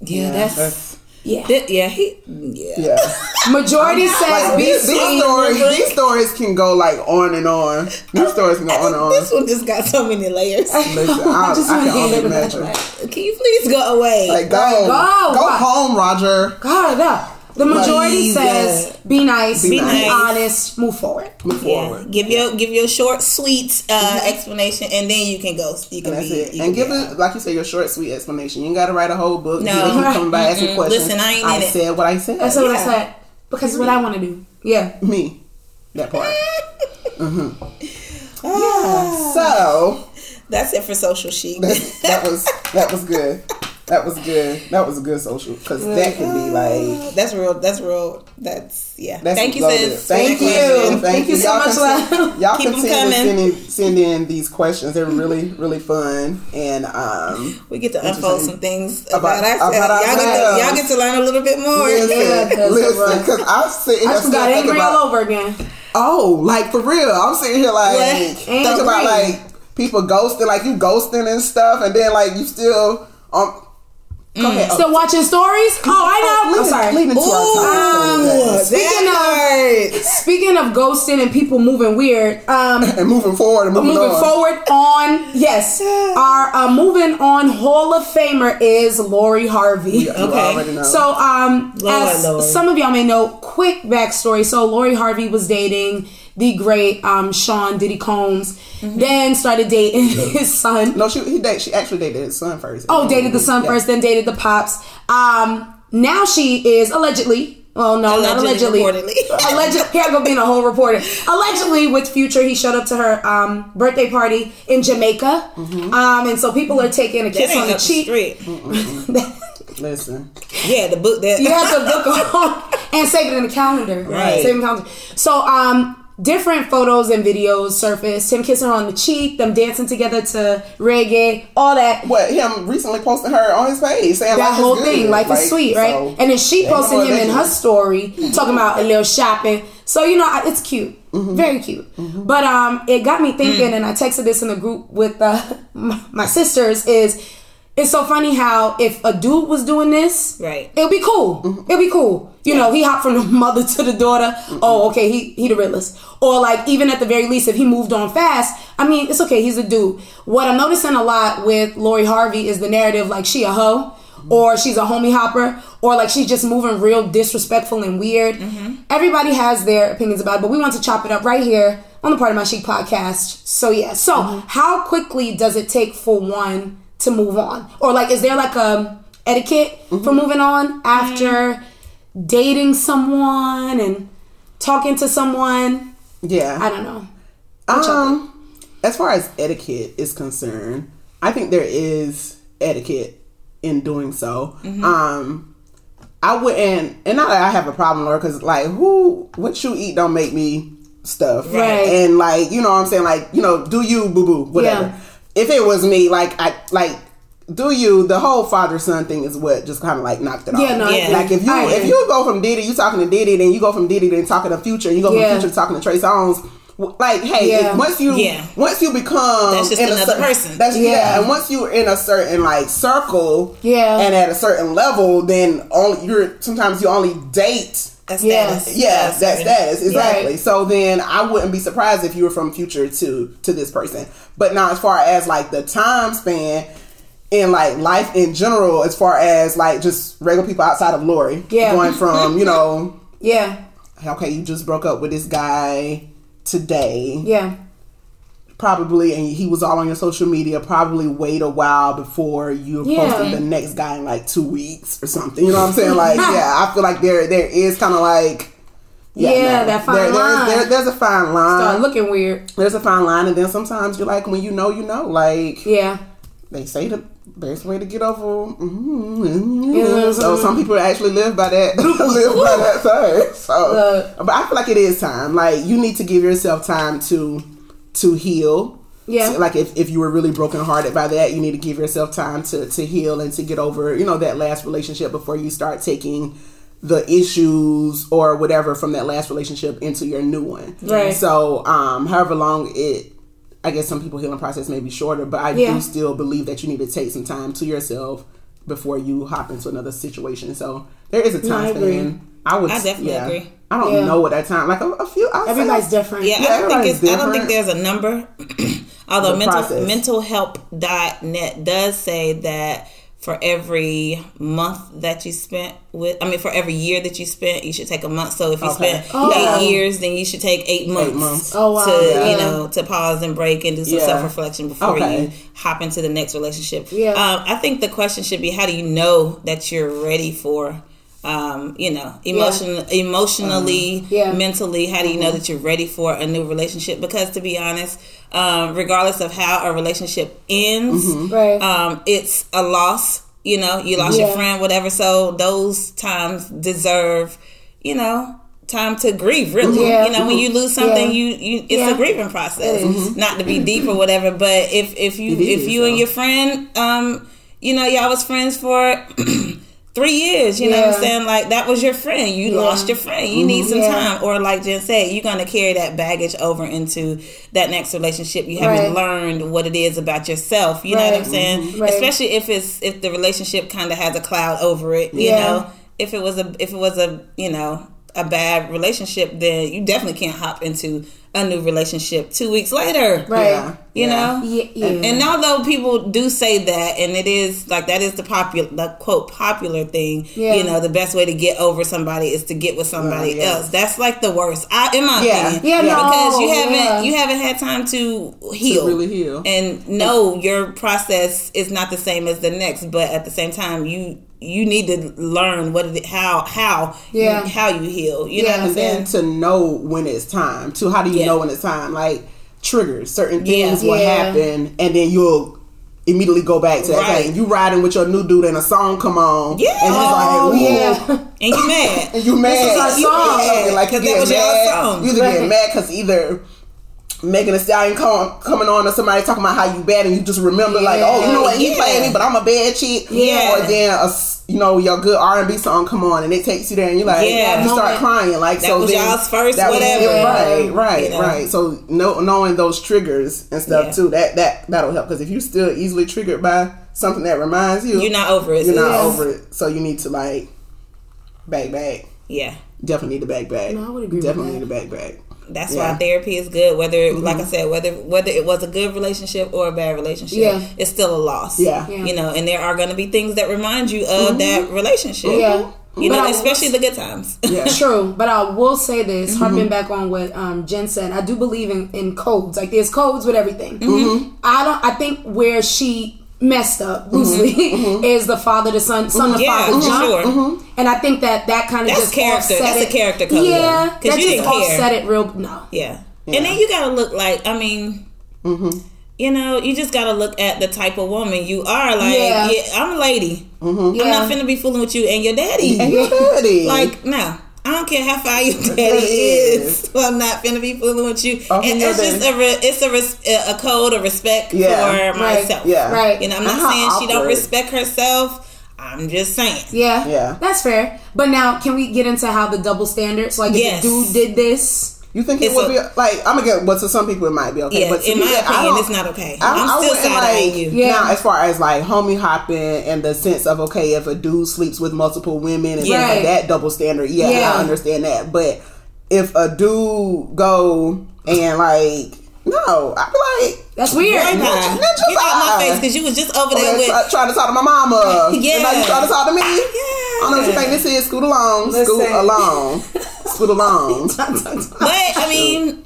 C: Yeah, that's. Yeah. Th- yeah, he. Yeah.
B: Uh, Yeah.
A: Majority says
B: Like these,
A: BC.
B: these stories, these stories can go like on and on. These stories can go on uh, and on.
C: This one just got so many layers.
B: Listen, I, I
A: just
B: can
A: wanna
B: only
A: get it
B: imagine.
C: Can you please go away?
B: Like go,
A: go.
B: go, home, Roger.
A: God, no. The majority
C: Please,
A: says be nice, be,
B: Be nice.
A: honest, move forward.
B: Move
C: yeah.
B: forward.
C: Give your give your short, sweet uh, explanation, and then you can go. You can
B: And Mm-hmm. that's
C: be.
B: it.
C: you
B: And
C: can
B: give
C: be out.
B: it, like you say, your short, sweet explanation. You ain't got to write a whole book.
C: No.
B: You know, coming by asking
C: Mm-mm.
B: questions.
C: Listen, I ain't in it. Oh,
B: said what I said.
A: That's what I
C: Yeah.
A: said because it's what I want to do. Yeah.
B: Me. That part. mm-hmm. Yeah. So
C: Ah, That's it for social chic.
B: that, that was that was good. That was good. That was a good social because that could be like.
C: that's real. That's real. That's yeah.
B: That's
C: Thank you,
B: loaded.
C: sis.
B: Thank
C: for
B: you.
C: that question.
B: Thank,
A: Thank
B: you
A: you so
B: Y'all
A: much,
B: conti-
A: love.
B: Y'all
C: Keep 'em
B: continue to
C: coming.
B: send in, send in these questions. They're really, really fun. And um,
C: We get to unfold
B: Interesting.
C: some things about,
B: About-
C: ourselves.
B: about
C: y'all, get
B: ourselves.
C: to, y'all get to learn a little bit more.
A: Yeah,
B: listen,
A: 'cause it
B: listen,
A: was-
B: because I'm sitting
A: I
B: here
A: just
B: still
A: got
B: thinking
A: angry all
B: about,
A: over again.
B: oh, like for real. I'm sitting here like,
C: Yeah,
B: think
A: angry.
B: about like people ghosting, like you ghosting and stuff, and then like you still, um, go ahead.
A: Still watching stories? Oh, I know. Mm. I'm
B: Leading-
A: sorry.
B: leading to our topic. So,
C: Ooh,
B: yeah.
A: Speaking
C: that part.
A: Speaking of ghosting and people moving weird, um,
B: and moving forward and moving,
A: moving
B: on.
A: forward on yes, our uh, moving on Hall of Famer is Lori Harvey.
B: You
C: Okay.
B: already know.
A: So, um,
C: Lord,
A: as
C: Lord.
A: some of y'all may know, quick backstory. So, Lori Harvey was dating the great um, Sean Diddy Combs,
C: Mm-hmm.
A: then started dating his son.
B: no, she he date, she actually dated his son first.
A: Oh, dated the son
B: Yeah.
A: first, then dated the pops. Um, now she is allegedly. Well, no,
C: Allegedly,
A: not allegedly.
C: reportedly.
A: Allegedly, here I go being a whole reporter. Allegedly, with Future, he showed up to her um, birthday party in Jamaica, um, and so people are taking a kiss on
C: Mm-hmm. Ain't
A: the
C: up the
A: cheek.
C: street.
B: Listen,
C: Yeah, the book that.
A: you have to book on and save it in the calendar.
C: Right.
A: Save it in the calendar. So, um, different photos and videos surfaced. Him kissing her on the cheek, them dancing together to reggae, all that.
B: what him recently posting her on his page saying
A: that
B: life
A: whole
B: is good.
A: thing. Life is sweet, right?
B: so-
A: and then she
B: Yeah, you know
A: posted
B: what
A: him
B: that
A: in her
B: is.
A: story talking about a little shopping. So you know, I- it's cute,
B: Mm-hmm.
A: very cute. But um, it got
B: Mm.
A: me thinking, and I texted this in the group with uh, my, my sisters. Is it's so funny how if a dude was doing this,
C: Right.
A: It'll be cool. It'll be cool. You know, he hopped from the mother to the daughter. Oh, okay, he he the realest. Or like even at the very least, if he moved on fast, I mean, it's okay. He's a dude. What I'm noticing a lot with Lori Harvey is the narrative like she a hoe, or she's a homie hopper, or like she's just moving real disrespectful and weird. Everybody has their opinions about it, but we want to chop it up right here on the Part of My Chic podcast. So yeah. So how quickly does it take for one to move on, or like is there like a etiquette
C: Mm-hmm.
A: for moving on after dating someone and talking to someone.
B: Yeah,
A: I don't know.
B: Um, as far as etiquette is concerned, I think there is etiquette in doing so.
A: Mm-hmm.
B: Um, I wouldn't, and not that I have a problem, Laura, because like, who, what you eat don't make me stuff,
A: Right.
B: And like, you know what I'm saying? Like, you know, do you boo boo, whatever. If it was me, like, I like. Do you the whole father son thing is what just kind of like knocked it off?
A: Yeah, no, I
C: Yeah.
A: agree.
B: Like if you
A: I
B: if
A: agree.
B: you go from Diddy, you talking to Diddy, then you go from Diddy, then talking to Future, and you go
A: Yeah.
B: from Future to talking to Trey Songz. w- Like, hey,
A: Yeah.
B: if once you
C: Yeah.
B: once you become
C: That's just
B: in a
C: another
B: certain-
C: person.
B: That's yeah.
A: Yeah.
B: and once you're in a certain like circle,
A: Yeah.
B: and at a certain level, then only you're sometimes you only date.
C: That's
A: Yes.
C: status.
B: Yes, that status exactly.
A: Right.
B: So then I wouldn't be surprised if you were from future to to this person. But now, as far as like the time span in like life in general, as far as like just regular people outside of Lori,
A: Yeah.
B: going from you know
A: Yeah,
B: okay, you just broke up with this guy today,
A: yeah,
B: probably, and he was all on your social media. Probably wait a while before you
A: Yeah.
B: posted the next guy in like two weeks or something. You know what I'm saying? Like, yeah, I feel like there there is kind of like.
A: Yeah, that fine
B: there,
A: line.
B: There's, there, there's a fine line.
C: Uh-huh.
A: Start looking weird.
B: there's a fine line, and then sometimes you're like, when you know, you know. Like
A: Yeah,
B: they say the best way to get over. mm, mm, mm. So some people actually live by that. live by that thing. So,
A: Look.
B: but I feel like it is time. Like you need to give yourself time to to heal.
A: Yeah.
B: So, like if, if you were really brokenhearted by that, you need to give yourself time to to heal and to get over you know that last relationship before you start taking the issues or whatever from that last relationship into your new one.
A: Right.
B: So, um, however long it, I guess some people healing process may be shorter, but I
A: Yeah.
B: do still believe that you need to take some time to yourself before you hop into another situation. So there is a time
A: I agree.
B: span. I would.
C: I definitely
B: yeah.
C: agree.
B: I don't
A: Yeah.
B: know what that time. Like a, a few. I'll say-
A: Everybody's different.
C: Yeah,
B: Yeah,
C: I don't think it's.
B: everybody's
C: I don't think there's
B: different.
C: a number. Although
B: The
C: mental
B: process.
C: mentalhelp.net does say that for every month that you spent with, I mean, for every year that you spent, you should take a month. So if you
B: Okay.
C: spent
A: Oh.
C: eight years, then you should take eight months,
B: months.
A: Oh, wow.
C: to
A: Yeah.
C: you know to pause and break and do some
B: Yeah.
C: self reflection before
B: Okay.
C: you hop into the next relationship.
A: Yeah.
C: um, I think the question should be, how do you know that you're ready for? Um, you know, emotion, emotionally,
A: Yeah.
C: mentally how do you know that you're ready for a new relationship because to be honest um, regardless of how a relationship ends
A: Right.
C: um, it's a loss you know you lost
A: Yeah.
C: your friend whatever so those times deserve you know time to grieve really
A: Yeah.
C: you know when you lose something
A: Yeah.
C: you, you it's
A: Yeah.
C: a grieving process not to be deep or whatever but if if you
B: It is,
C: if you and
B: though.
C: your friend um you know y'all was friends for three years. You know what
A: Yeah. Mm-hmm.
C: I'm saying? Like that was your friend. You lost your friend. You need some
A: Yeah.
C: time. Or like Jen said, you're gonna carry that baggage over into that next relationship. You
A: Right.
C: haven't learned what it is about yourself. You know
A: Right.
C: what I'm saying?
A: Right.
C: Especially if it's if the relationship kind of has a cloud over it. You
A: Yeah.
C: know, if it was a if it was a you know a bad relationship, then you definitely can't hop into a new relationship two weeks later.
A: Right.
C: You know.
A: yeah. yeah.
C: And although people do say that, and it is like that is the popular, the quote popular thing.
A: Yeah.
C: You know, the best way to get over somebody is to get with somebody
B: Right, yeah.
C: else. That's like the worst, I, in my
B: Yeah.
C: opinion.
A: Yeah, no,
C: because you haven't
A: yeah.
C: you haven't had time to heal,
B: really heal.
C: and no, your process is not the same as the next. But at the same time, you you need to learn what it, how how
A: Yeah.
C: you, how you heal.
A: Yeah.
C: You know what I'm
B: and then
C: saying?
B: to know when it's time to how do you
C: Yeah.
B: know when it's time like triggers certain
C: Yeah.
B: things will
A: Yeah.
B: happen and then you'll immediately go back to that
C: Right.
B: thing you riding with your new dude and a song come on
C: Yeah.
B: and it's like
A: oh
B: ooh,
A: yeah.
C: And you mad?
B: and you mad
A: is our
B: You
A: song.
B: mad, like you
C: 'Cause that
B: get
C: was your
B: mad
C: song.
B: you either
A: Right.
B: get mad because either Making a stallion come, coming on, or somebody talking about how you bad, and you just remember like, oh, you know what, he
C: Yeah.
B: playing me, but I'm a bad chick.
C: Yeah.
B: Or then, a, s- you know, your good R and B song come on, and it takes you there, and you're like,
C: Yeah.
B: you start
A: Moment.
B: crying, like
C: That
B: so.
C: was
B: then,
C: y'all's first
B: that was it,
C: whatever.
B: right, right,
C: You know?
B: right. So know, knowing those triggers and stuff
C: Yeah.
B: too, that that that'll help because if you're still easily triggered by something that reminds you,
C: You're not over it.
B: you're not
A: Yeah.
B: over it. So you need to like back back.
C: Yeah.
B: Definitely need to back back.
A: No, I would agree with
B: Definitely
A: that.
B: need to back back.
C: That's
B: Yeah.
C: why therapy is good. Whether, like I said, whether whether it was a good relationship or a bad relationship,
A: Yeah.
C: it's still a loss.
B: Yeah.
A: Yeah.
C: you know, and there are going to be things that remind you of that relationship.
A: Yeah.
C: Mm-hmm. you
A: But
C: know,
A: I-
C: especially the good times.
B: Yeah.
A: True, but I will say this,
C: Mm-hmm.
A: harping back on what um, Jen said, I do believe in, in codes. Like there's codes with everything.
C: Mm-hmm.
A: Mm-hmm. I don't. I think where she messed up loosely is the father to son, son to
C: Mm-hmm. Yeah,
A: father
C: for
A: jump.
C: sure. Mm-hmm.
A: And I think that that kind of
C: That's
A: just
C: character.
A: Offset
C: That's a
A: it.
C: character code, though.
A: Yeah,
C: 'Cause
A: that
C: you
A: just
C: didn't care.
A: offset it real. No,
C: Yeah. And then you gotta look like I mean you know, you just gotta look at the type of woman you are. Like
A: Yeah. Mm-hmm.
C: yeah. I'm a lady.
A: yeah,
C: I'm not finna be fooling with you and your daddy.
B: And your daddy,
C: Like, no. I don't care how far your daddy
B: Daddy
C: is. I'm not gonna be fooling with you.
B: Oh,
C: And
B: your
C: it's just a re- it's a res- a code of respect
B: Yeah.
C: for
A: Right.
C: myself.
B: yeah,
A: Right.
C: You know, I'm not
B: How
C: saying she don't
B: awkward.
C: respect herself. I'm just saying.
A: yeah,
B: Yeah.
A: That's fair. But now, can we get into how the double standards? Like, if
C: Yes.
A: the dude did this,
B: You think it
C: It's
B: would
C: a-
B: be like I'm gonna get, but to some people it might be okay.
C: Yeah,
B: but to
C: in
B: me,
C: my
B: I
C: opinion,
B: don't-
C: it's not okay.
B: I,
C: I'm
B: I
C: still
B: wouldn't,
C: side eyeing
B: like,
C: you.
A: Yeah.
B: Now, as far as like homie hopping and the sense of okay, if a dude sleeps with multiple women and things
A: Right.
B: like that double standard, yeah,
A: Yeah.
B: I understand that. But if a dude go and like, no, I'd be like,
A: that's weird.
C: Why not?
B: Ninja- ninja
C: Get out my
B: vibe.
C: face because you was just over
B: oh,
C: there
B: that's
C: with
B: try- trying to uh-uh. talk to my mama.
C: Yeah.
B: and now you trying to talk to me. I don't know what you
C: Yeah.
B: think this is. Scoot along, scoot
A: Listen.
B: along, scoot along.
C: But I mean,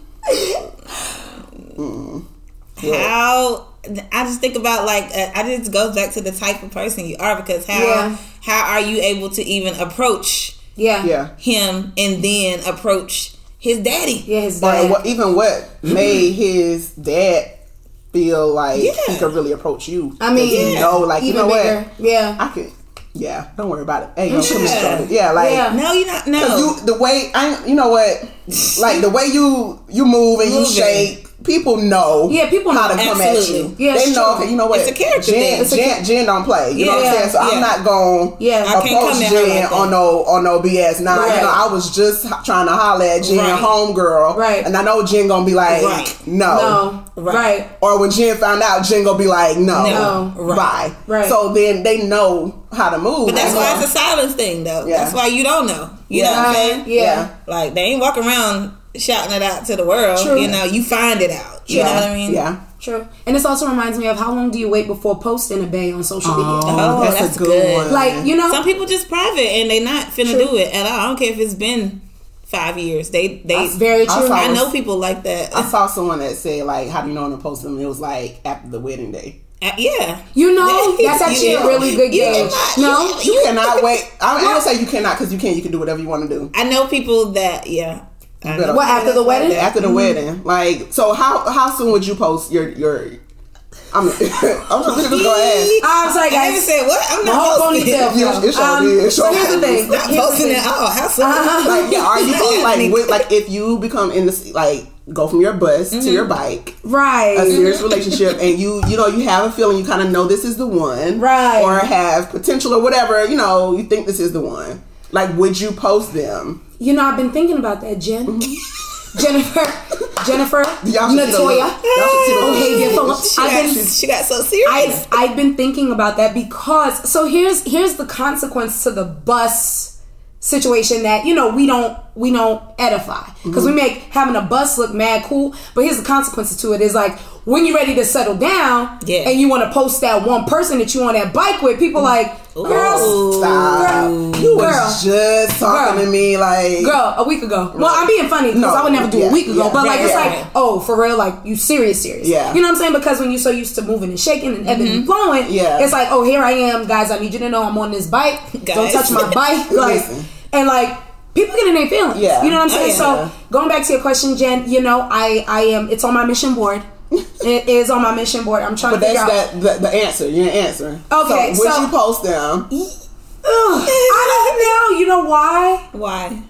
C: how? I just think about like uh, I just goes back to the type of person you are because how
A: Yeah.
C: how are you able to even approach
A: Yeah,
B: yeah.
C: him and then approach his daddy?
A: yeah. His
B: Or
A: dad.
B: what, even what made his dad feel like
C: Mm-hmm. Yeah.
B: he could really approach you.
A: I mean,
B: 'Cause you know, like you
A: even
B: know
A: bigger.
B: what,
A: Yeah,
B: I could. Yeah, don't worry about it. Hey, yo, come
C: Yeah.
B: yeah. yeah, like
A: Yeah.
C: No, you're not.
B: 'cause
C: No,
B: you the way I, you know what, like the way you you move and you
C: Moving.
B: shake. people know
A: Yeah, people
B: how to
A: know.
B: come
C: Absolutely.
B: at you.
A: Yeah,
B: they
A: it's
B: know
A: true.
B: okay, you know what
C: It's a character
B: Jen,
C: thing. It's a
B: Jen, Jen don't play. You know what I'm
C: Yeah,
B: saying? So
C: yeah.
B: I'm not going
A: Yeah. I can't
B: approach
C: come at her
B: Jen
C: like that.
B: on no on no BS. Nah,
A: Right.
B: you know, I was just h- trying to holler at Jen,
C: Right.
B: homegirl.
A: Right.
B: And I know Jen gonna be like,
C: Right.
A: No.
C: Right.
A: Right.
B: or when Jen found out, Jen gonna be like, no,
C: No. Right.
B: bye.
A: Right.
B: So then they know how to move.
C: But that's why it's a silence thing, though.
B: Yeah.
C: That's why you don't know. You know what I'm
A: Um, Yeah.
C: saying?
A: Yeah.
C: Like they ain't walk around shouting it out to the world.
A: True.
C: You know, you find it out. You
B: yeah.
C: know what I mean?
B: Yeah.
A: True. And this also reminds me of how long do you wait before posting a bay on social media?
C: Oh, that's good.
A: Like, you know,
C: Some people just private and they not finna
A: Oh. True.
C: do it at all. I don't care if it's been five years. They they
A: that's very
B: I
A: true.
B: saw-
C: I know people like that.
B: I saw someone that said like, "How do you know when to post them?" It was like after the wedding day.
C: Uh, yeah.
A: You know, that's
C: You
A: actually a
C: know.
A: really good
C: You
A: gauge.
C: cannot-
A: No?
B: You cannot wait. I, I don't say you cannot because you can. You can do whatever you want to do.
C: I know people that yeah. I
B: But
C: know.
A: What, after the wedding?
B: After the wedding, like, so how how soon would you post your your? I'm I'm just gonna ask.
A: I'm sorry,
C: I even
A: guys.
C: said what?
A: The
C: I'm not
A: whole
C: posting it.
A: ponytail.
B: Yeah,
A: fell.
B: it sure
A: Um,
B: did. It
A: so
B: sure
A: here's the
B: did.
A: thing.
C: Not
A: Here's the
C: posting
A: thing.
C: at all. How soon?
A: Uh-huh.
B: Like, yeah, are you going like with like if you become in this like go from your bus to your bike a
A: Right.
B: serious relationship and you you know you have a feeling you kind of know this is the one
A: Right.
B: or have potential or whatever you know you think this is the one like would you post them
A: You know, I've been thinking about that, Jen. Jennifer. Jennifer.
B: Mm-hmm. Y'all should see the look.
A: Natoya.
B: Y'all should see the look.
A: Olivia Phillips.
C: She
A: I've
C: got,
A: been
C: she got so serious.
A: I've, I've been thinking about that because so here's here's the consequence to the bus situation that you know we don't we don't edify because we make having a bus look mad cool but here's the consequences to it is like when you're ready to settle down
C: Yeah.
A: and you want to post that one person that you on that bike with people like girls
B: Stop.
A: girl,
B: You
A: girl
B: was just talking
A: Girl.
B: to me like
A: girl a week ago well i'm being funny because
B: No,
A: i would never do
B: yeah,
A: a week ago
B: yeah,
A: but like it's
B: yeah.
A: like oh for real like you serious serious
B: Yeah. Mm-hmm.
A: you know what i'm saying because when you're so used to moving and shaking and ebbing and flowing
B: Yeah.
A: it's like oh here i am guys i need you to know i'm on this bike don't
C: Guys.
A: touch my bike like
B: Listen.
A: and like people get in their feelings
B: Yeah.
A: you know what i'm
B: Oh,
A: saying
B: yeah.
A: so going back to your question jen you know i i am it's on my mission board it is on my mission board i'm trying
B: But
A: to figure out
B: that's that the, the answer. Your answer.
A: Okay,
B: So would
A: so-
B: you post them?
A: Ugh, i don't know you know why
C: Why?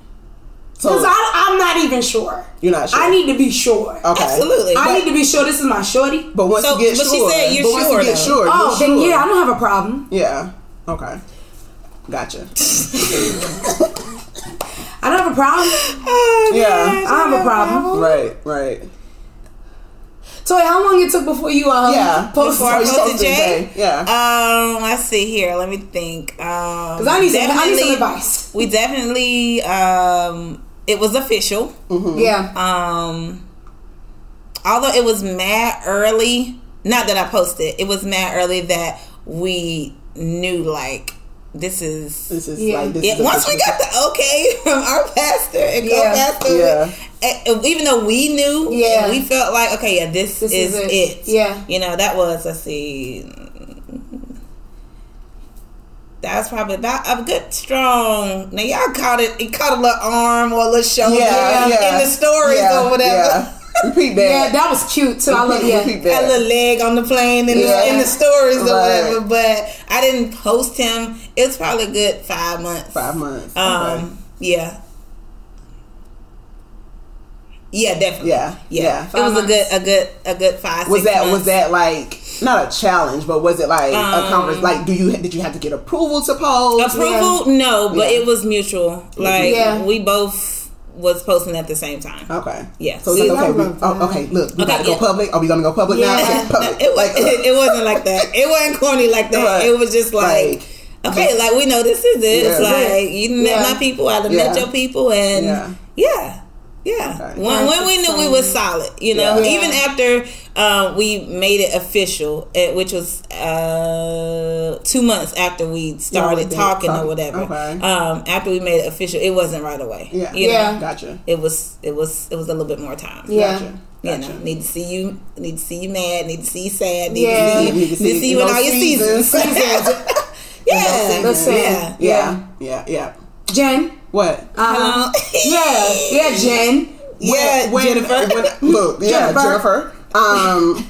B: So
A: because i'm not even sure
B: you're not sure.
A: i need to be sure
B: Okay.
C: Absolutely.
A: I need to be sure this is my shorty.
B: But once
C: So-
B: you get
C: but
B: sure,
C: she said you're
B: but once
C: sure,
B: you get
C: though.
B: sure,
A: Oh,
B: you're
A: then
B: sure.
A: yeah, I don't have a problem.
B: yeah. Okay. Gotcha.
A: I don't have a problem.
C: uh,
B: Yeah.
A: I have a problem.
B: Right. Right.
A: So how long it took before you um
B: Yeah.
A: posted?
C: Before
B: Before
C: I
B: you
A: Because
C: posted
B: posted
C: Jay?
B: Jay. Yeah.
C: Um, let's see here. Let me think. Um,
A: I need some, I need some
C: definitely-
A: advice.
C: We definitely. Um, it was official.
A: Yeah.
C: Um, although it was mad early. Not that I posted. It was mad early that we knew like this is
B: This is
A: Yeah.
B: like this.
C: Yeah,
B: is
C: once we got the okay from our pastor and
A: Yeah.
C: co-pastor,
B: Yeah.
C: and- and even though we knew,
A: Yeah.
C: and we felt like okay, yeah, this,
A: This
C: is,
A: is it.
C: it.
A: Yeah.
C: you know that was let's see, that was probably about a good strong. Now y'all caught it, you caught a little arm or a little shoulder
B: yeah, yeah.
C: in the stories
B: yeah,
C: or whatever.
B: Yeah. Repeat that.
A: yeah, that was cute too. I love
B: Repeat,
A: yeah.
B: repeat that.
C: That little leg on the plane in,
B: Yeah.
C: the, in the stories or
B: Right.
C: whatever, but I didn't post him. It was probably a good five months.
B: Five months.
C: Um,
B: okay.
C: yeah. Yeah, definitely.
B: Yeah, yeah.
C: It was a good, a good, a good five.
B: was
C: six
B: that was
C: months. Um,
B: that like not a challenge but was it like a conference like do you did you have to get approval to post
C: approval? No, but
B: Yeah.
C: it was mutual. Like
A: Yeah.
C: we both was posting at the same time.
B: okay
C: Yeah.
B: Uh, so it's
C: See,
B: like,
A: I
B: okay we,
A: love that.
B: oh, okay look we
C: Okay,
B: gotta go
C: yeah.
B: public are we gonna go public now
A: Yeah.
B: Okay, public.
C: It was.
B: Like, uh,
C: It, wasn't like that. It wasn't corny like that.
B: Right.
C: It was just like. Okay, like we know this is it. It's
B: Yeah.
C: like you done met
A: Yeah.
C: my people, I done
B: Yeah.
C: met your people, and
B: Yeah.
C: yeah, yeah.
B: Okay.
C: When, when we knew we was solid, you know,
B: Yeah.
A: Yeah.
C: even after um, we made it official, eh, which was uh, two months after we started
B: did.
C: talking or
B: Talking.
C: whatever.
B: Okay.
C: Um, after we made it official, it wasn't right away.
B: yeah
C: you know?
A: Yeah.
B: gotcha
C: it was it was it was a little bit more time.
A: Yeah.
B: gotcha
C: You
B: gotcha.
C: know, need to see you, need to see you mad, need to see you sad, need
A: Yeah.
C: to see you, need to see, you in
B: know,
C: all your seasons.
B: seasons.
C: yeah,
A: Listen.
C: yeah.
B: yeah yeah yeah
A: Jen.
B: what
A: Uh-huh.
C: Um,
A: Yeah. Yeah, Jen.
C: yeah,
B: when,
C: Jennifer.
B: when- look yeah
A: Jennifer.
B: Jennifer um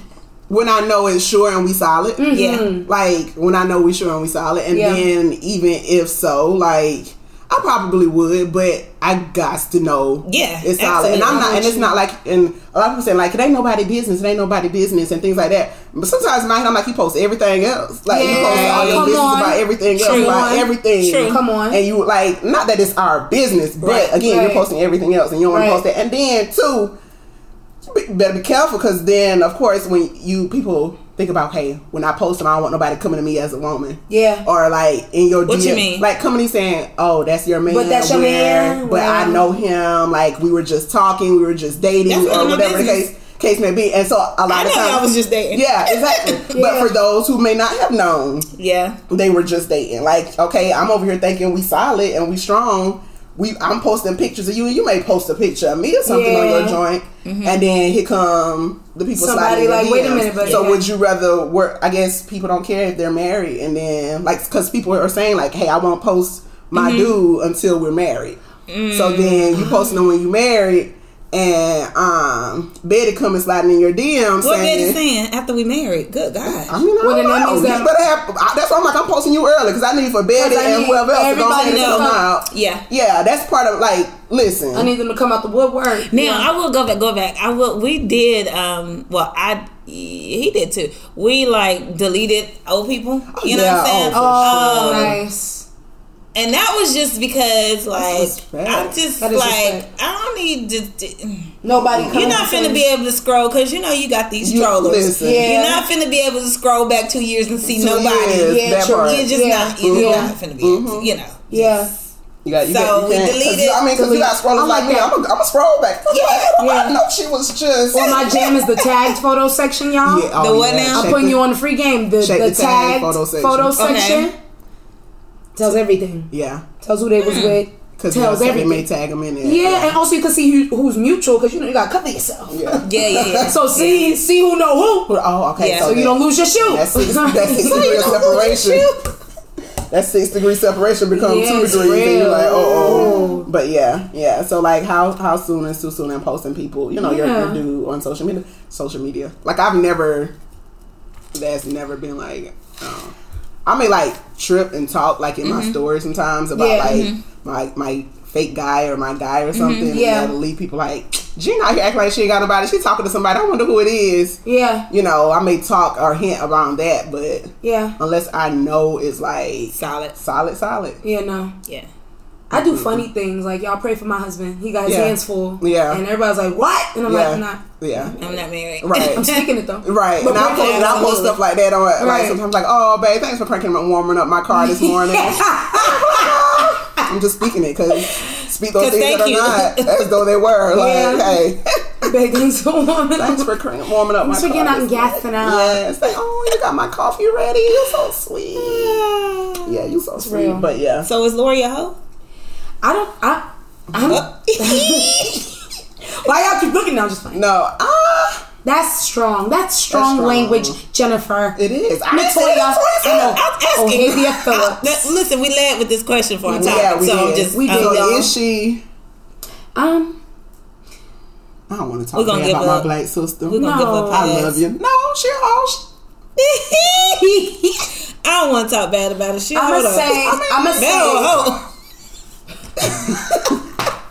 B: when I know it's sure and we solid
C: yeah,
B: Mm.
A: Mm.
B: like when I know we sure and we solid, and
A: Yeah.
B: then even if so, like I probably would, but I got to know.
C: Yeah,
B: it's solid, and I'm not, and it's not like, and a lot of people saying like it ain't nobody business, it ain't nobody business, and things like that. But sometimes in my head, I'm like, you post everything else, like you post
A: Yeah,
B: all your
A: come
B: business
A: on.
B: about everything else,
A: True.
B: about everything.
C: True.
A: Come on.
B: and you like not that it's our business, but
C: Right.
B: again,
A: Right.
B: you're posting everything else, and you don't
A: Right.
B: want to post that. And then two, you be- better be careful because then, of course, when you people think about, hey, when I post them, I don't want nobody coming to me as a woman.
A: Yeah.
B: Or like in your
C: What you
B: DM
C: mean?
B: like coming and saying, oh, that's your man,
A: But that's your man,
B: but I
A: well.
B: know him. Like we were just talking, we were just dating,
C: That's none
B: or
C: of my
B: whatever the
C: business.
B: case case may be. And so a lot of
C: I know
B: times
C: y'all was just dating.
B: yeah,
A: Yeah.
B: exactly. But for those who may not have known,
C: Yeah.
B: they were just dating. Like, okay, I'm over here thinking we solid and we strong. We I'm posting pictures of you, and you may post a picture of me or something on
A: Yeah. Mm-hmm.
B: your joint, and then here come the people.
A: Somebody
B: sliding
A: like,
B: your
A: wait a
B: DMs.
A: minute, buddy.
B: So
A: Yeah.
B: would you rather work? I guess people don't care if they're married, and then like because people are saying like, hey, I won't post my
A: Mm-hmm.
B: dude until we're married. So
A: Mm.
B: then you posting them when you married. And um, Betty coming sliding in your DMs
C: What
B: saying,
C: Betty saying after we married? Good God.
B: I mean, I
A: Well,
B: don't
A: then that
B: know.
A: means
B: You
A: that-
B: better have. I, that's why I'm like I'm posting you early because I need for Betty
A: 'Cause I
B: and
A: need
B: whoever else to go ahead and
A: everybody
B: come
A: to come.
B: out.
C: Yeah.
B: yeah, that's part of like. Listen,
A: I need them to come out the woodwork.
C: Now I will go back. Go back. I will. We did. Um. Well, I. He did too. We like deleted old people. You know
B: yeah.
C: what I'm saying?
B: Oh,
A: oh,
C: Um,
A: nice.
C: And that was just because, like,
B: respect.
C: I'm just
A: That
C: like,
A: is respect.
C: I don't need to. mm.
A: Nobody.
C: You're
A: coming
C: not
A: to
C: finna be able to scroll because you know you got these
B: You-
C: trollers.
B: listen.
A: Yeah.
C: You're not finna be able to scroll back two years and see
B: Two
C: nobody.
B: years, Mm-hmm.
A: Yeah,
B: that
A: true.
B: part.
C: You're just
A: Yeah.
C: not. You're
A: Yeah.
C: not finna be. Able to, you know.
A: Yeah.
B: You got, you
C: So
B: got, you
C: we
B: can't- 'cause
C: deleted-
B: you- I mean, because you
A: delete-
B: got scrollers
A: I'm
B: like
A: like
B: me.
A: that.
B: I'm gonna I'm scroll back. Yeah,
A: Yeah.
B: I know she was just.
A: Well, my jam is the tagged photo section, y'all.
B: Yeah, oh,
C: The what
B: yeah,
C: now?
A: I'm
B: check
A: putting
B: it.
A: you on the free game. The,
B: Check
A: the,
B: the tag
A: tagged
B: photo
A: photo
B: section.
A: section,
C: Okay.
A: tells everything.
B: Yeah,
A: Tells who they was with.
B: because
A: Tells
B: they
A: everything.
B: may tag them in there.
A: yeah, and also you can see who, who's mutual because you know you gotta cover yourself.
B: yeah.
C: Yeah, yeah, yeah.
A: So see see who know who,
B: Oh, okay.
C: Yeah.
B: So,
A: so you
B: that-
A: don't lose your shoe.
B: That's six, that's six
A: So you
B: degree of
A: don't lose your shoe.
B: separation. That six degree separation becomes
A: Yeah,
B: two
A: it's
B: degrees, and you're
A: real.
B: like, oh, oh. But yeah, yeah. So like, how how soon is too soon? And posting people, you know, your
A: Yeah.
B: your dude on social media, social media. Like I've never, that's never been like. Um, I may like trip and talk like in my story sometimes about
A: Mm-hmm. Yeah. mm-hmm.
B: like my my fake guy or my guy or something.
A: Yeah.
B: and that'll leave people like Gina out here acting like she ain't got nobody. She talking to somebody. I wonder who it is
A: Yeah,
B: you know, I may talk or hint around that, but
A: yeah,
B: unless I know it's like
C: solid.
B: solid, solid.
A: yeah. No,
C: Yeah.
A: I do funny things like y'all pray for my husband. He got his
B: Mm-hmm. Yeah.
A: hands full.
B: Yeah.
A: and everybody's like, "What?" And I'm like,
B: Yeah,
A: "I'm not.
B: yeah,
C: I'm not married.
B: Right.
A: I'm speaking it though."
B: right. and I
A: we're
B: post, and I post
C: absolutely.
B: stuff like that on like
A: Right.
B: sometimes like, oh, babe, thanks for cranking up, warming up my car this morning. I'm just speaking it because speak those
C: 'Cause
B: things that
C: thank
B: are
C: you.
B: not as though they were. Like,
A: Yeah.
B: hey,
A: Big things to a woman.
B: thanks for cranking, warming up my
A: Speaking
B: car.
A: out
B: this
A: and gassing
B: morning.
A: out.
B: Yes. Like, oh, you got my coffee ready. You're so sweet. Yeah, you so sweet.
A: real.
B: But yeah.
C: So is Lori a hoe?
A: I don't. I. I'm,
B: Oh,
A: why y'all keep looking? No, I'm just fine.
B: no. Ah.
A: That's strong. That's strong,
B: strong.
A: language, Jennifer.
B: It is. I didn't say
A: Latoya.
B: that's what I
A: I know.
B: said.
C: I'm asking.
A: Octavia Phillips.
C: Let- Listen, we led with this question for a topic,
B: Yeah, we
C: so I'm
B: did.
C: just
A: We
C: I'm
A: did,
B: So
A: y'all.
C: just-
B: is she?
A: Um,
B: I don't want to
C: We
B: talk
C: gonna
B: bad
C: give
B: about
C: up.
B: my black sister.
C: We're gonna
A: No.
C: give up.
B: I
C: her
B: love
C: ass.
B: you. No, she a hoe.
C: I don't want to talk bad about her. She
A: I'ma
C: hold up.
A: say- I'ma
C: that old
A: say-
C: hoe.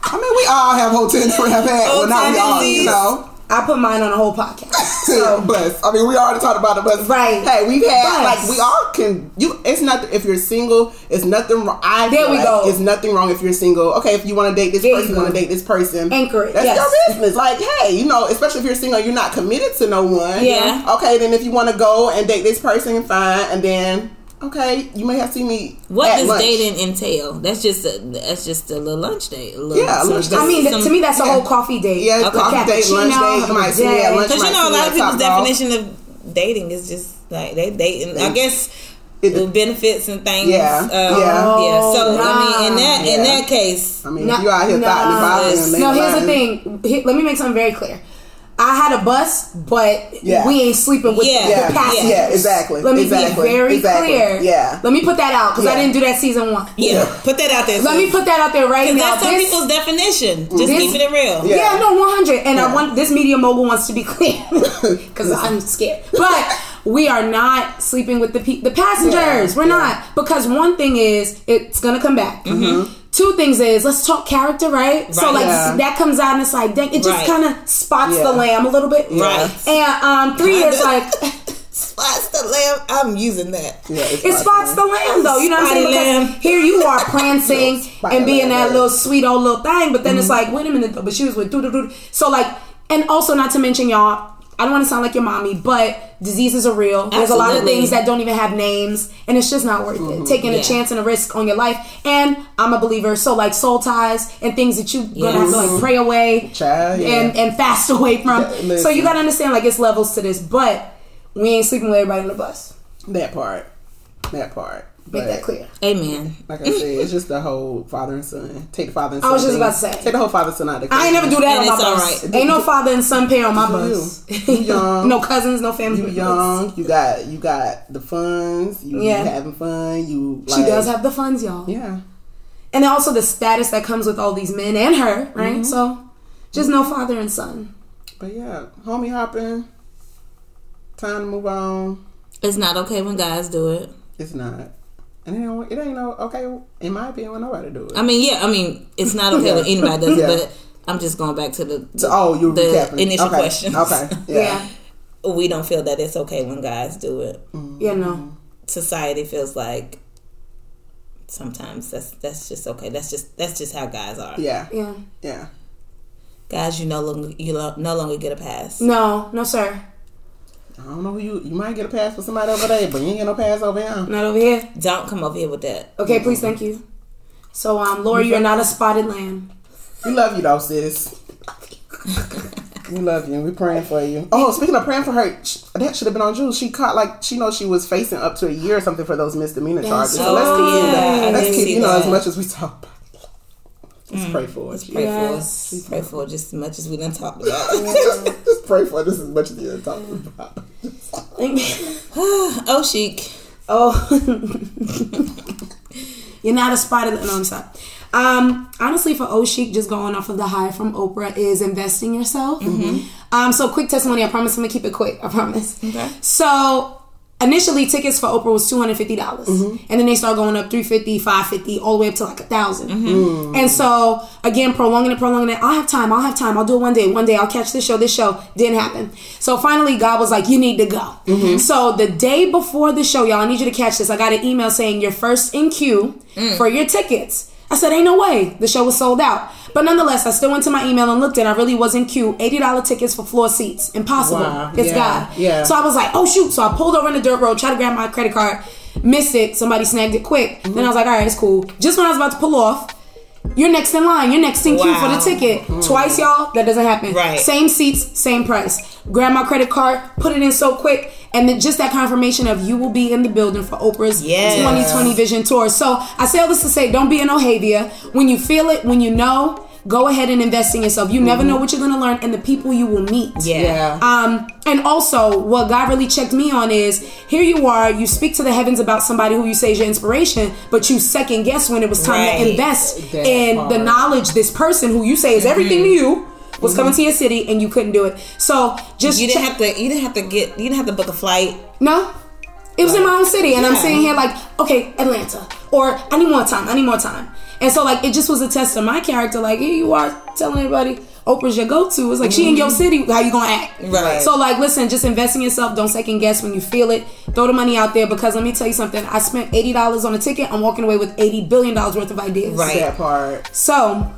B: I mean, we all have whole tendencies. Have had. Well, not we all, you
C: tendencies.
B: know.
A: I put mine on a whole podcast. So
B: But I mean, we already talked about it, but
A: Right.
B: Hey, we've had
A: But-
B: like we all can. You, it's not if you're single, it's nothing wrong. I
A: There
B: feel
A: we
B: like
A: go.
B: It's nothing wrong if you're single. Okay, if you want to date this
A: There you
B: person, you
A: go.
B: want to date this person.
A: Anchor it,
B: That's
A: yes.
B: your business. Like, hey, you know, especially if you're single, you're not committed to no one.
C: Yeah.
B: Okay, then if you want to go and date this person, fine, and then. Okay, you may have seen me.
C: What
B: at
C: does
B: lunch.
C: dating entail? That's just a, that's just a little lunch date. A little,
B: Yeah, a lunch date.
A: I mean, to me, that's a
B: Yeah.
A: whole coffee date.
B: Yeah,
A: Like
B: coffee date, lunch
A: cappuccino,
B: date, you
A: have a
B: might see me at
A: day.
B: lunch.
C: because you
B: might
C: know a
B: see that
C: lot of
B: top
C: people's
B: dog.
C: definition of dating is just like they dating. I guess
B: It-
C: with benefits and things.
B: Yeah,
C: um,
B: yeah.
C: yeah. So I
A: Oh,
C: mean, in that in
B: nah.
C: that case,
B: I mean,
A: No,
B: if you out here
A: no.
B: thought about and
A: No, here's the
B: lying,
A: thing. He- Let me make something very clear. I had a bus, but
B: Yeah.
A: we ain't sleeping with
C: Yeah.
A: the,
B: Yeah,
A: the
B: yeah,
A: passengers.
B: exactly.
A: Let me
B: exactly,
A: be very
B: exactly.
A: clear.
B: Yeah.
A: Let me put that out because
B: Yeah.
A: I didn't do that season one.
C: yeah, put that out there.
A: Let
C: sis.
A: me put that out there right
C: 'Cause
A: now.
C: that's some
A: This-
C: people's definition. Just
A: This-
C: keeping it real.
B: Yeah.
A: Yeah, no, 100. And
B: Yeah.
A: I want this media mogul wants to be clear because I'm scared. But we are not sleeping with the pe- the passengers.
B: Yeah.
A: We're not because one thing is it's gonna come back. two things is let's talk character, right? So
C: Right.
A: like
B: Mm-hmm. Yeah.
A: that comes out and it's like dang, it just
C: Right.
A: kind of spots
B: Yeah.
A: the lamb a little bit,
C: Right.
A: And um, three is like
C: Spots the lamb. I'm using that.
B: Yeah,
A: it spots the lamb though. You know what I'm saying?
C: Spotty
A: Because
C: lamb.
A: here you are prancing
B: spotty
A: and being
B: lamb,
A: that
B: yeah.
A: little sweet old little thing, but then it's
B: Mm-hmm.
A: like wait a minute, though, but she was with doo doo doo. So like, and also not to mention y'all. I don't want to sound like your mommy, but diseases are real. There's a lot of
C: Absolutely.
A: things that don't even have names, and it's just not worth it. Taking a
C: Yeah.
A: chance and a risk on your life. And I'm a believer, so like soul ties and things that you gonna have to like pray away
B: Child, yeah.
A: and and fast away from.
B: Yeah,
A: so you
B: listen.
A: gotta understand like it's levels to this, but we ain't sleeping with everybody on the bus.
B: That part. That part.
A: Make that clear.
C: Amen.
B: Like I said, it's just the whole father and son. Take the father and son.
A: was just
B: thing.
A: about to say.
B: Take the whole father and son out of the
A: I ain't never do that
C: And
A: on my
C: it's
A: bus.
C: alright.
A: Ain't no father and son pair on my bus.
B: You young.
A: no cousins, no family.
B: You
A: members.
B: young. You got you got the funds. You, you
A: Yeah.
B: having fun. You.
A: She
B: Like,
A: does have the funds, y'all.
B: Yeah.
A: And then also the status that comes with all these men and her, right?
B: Mm-hmm.
A: So just no father and son.
B: But yeah, homie hopping. Time to move on.
C: It's not okay when guys do it.
B: It's not. And it ain't, it ain't no okay. In my opinion, when nobody do it.
C: I mean, yeah. I mean, it's not okay when anybody does
B: Yeah.
C: it. But I'm just going back to the.
B: So, oh, you're
C: the
B: recapping
C: initial
B: okay.
C: questions.
B: Okay. Yeah.
A: Yeah.
C: we don't feel that it's okay when guys do it.
A: Yeah, no.
C: Society feels like sometimes that's that's just okay. That's just that's just how guys are.
B: Yeah. Yeah.
A: Yeah.
B: yeah.
C: Guys, you no longer you lo- no longer get a pass.
A: No, no, sir.
B: I don't know who you. You might get a pass for somebody over there, but you ain't get no pass over here.
A: Not over here.
C: Don't come over here with that.
A: Okay, please, thank you. So, um, Laura, you're not a spotted lamb.
B: We love you though, sis. We love you. We praying for you. Oh, speaking of praying for her, sh- that should have been on Jules. She caught like she knows she was facing up to a year or something for those misdemeanor charges. So let's
C: Oh,
B: keep
C: yeah, I
B: that. Let's
C: did
B: keep
C: see
B: you know
C: that. Mm.
B: as much as we talk. about it. Let's pray for it.
C: Pray
A: Yes.
C: for pray for just as much as we done talked about.
B: Just pray for it just as much as you talk
C: Mm.
B: about. it.
C: oh, chic.
A: Oh, you're not a spotted. No, I'm sorry. Um, honestly, for O Chic, just going off of the high from Oprah is investing yourself. Um, so quick testimony. I promise I'm gonna keep it quick. I promise.
C: Okay.
A: So initially, tickets for Oprah was two hundred fifty dollars,
B: Mm-hmm.
A: and then they start going up 350 550 all the way up to like a 1000
B: Mm-hmm.
A: And so again, prolonging it, prolonging it. I'll have time. I'll have time. I'll do it one day. One day I'll catch this show. This show didn't happen. So finally, God was like, "You need to go."
B: Mm-hmm.
A: So the day before the show, y'all, I need you to catch this. I got an email saying you're first in queue
B: Mm.
A: for your tickets. I said, ain't no way. The show was sold out. But nonetheless, I still went to my email and looked and I really was in queue. $80 tickets for floor seats. Impossible.
B: Wow.
A: It's
B: Yeah.
A: God.
B: Yeah.
A: So I was like, oh shoot. So I pulled over in the dirt road, tried to grab my credit card, missed it. Somebody snagged it quick.
C: Mm-hmm.
A: Then I was like, all right, it's cool. Just when I was about to pull off, you're next in line. You're next in queue for the
C: Wow. Mm-hmm.
A: ticket. Twice, y'all. That doesn't happen.
C: Right.
A: Same seats, same price. Grab my credit card, put it in so quick, and then just that confirmation of you will be in the building for Oprah's
C: Yes.
A: 2020 Vision Tour. So I say all this to say, don't be in Ohavia. When you feel it, when you know, go ahead and invest in yourself. You never know what you're gonna learn and the people you will meet.
C: Mm-hmm.
B: Yeah.
C: Yeah.
A: Um, and also, what God really checked me on is here you are, you speak to the heavens about somebody who you say is your inspiration, but you second guess when it was time
C: Right.
A: to invest
B: That
A: in the
B: part. Mm-hmm.
A: knowledge this person who you say is everything to you was coming to your city and you couldn't do it. So just
C: You didn't
A: check-
C: have to. You didn't have to get. You didn't have to book a flight.
A: no. It was in my own city, and I'm
C: Yeah.
A: sitting here like, okay, Atlanta, or I need more time, I need more time. And so, like, it just was a test of my character. Like, here you are telling everybody Oprah's your go to. It's like, she in your city, how you gonna act?
C: Mm-hmm. Right.
A: So, like, listen, just invest in yourself. Don't second guess when you feel it. Throw the money out there because let me tell you something. I spent $80 on a ticket. I'm walking away with $80 billion worth of ideas.
C: Right.
B: That part.
A: So,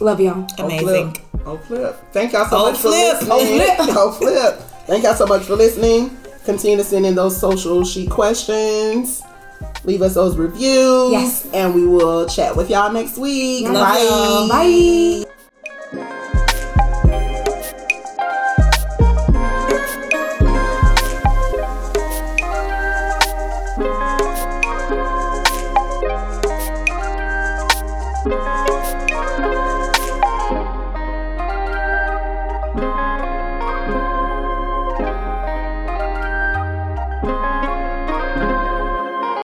A: love y'all.
C: Amazing.
B: Oh flip. Thank y'all so
C: Oh,
B: much
C: flip.
B: for listening.
A: Oh, flip.
B: Oh flip. Thank y'all so much for listening. Continue to send in those social sheet questions. Leave us those reviews.
A: Yes.
B: And we will chat with y'all next week.
A: Love
B: Bye.
C: y'all.
A: Bye.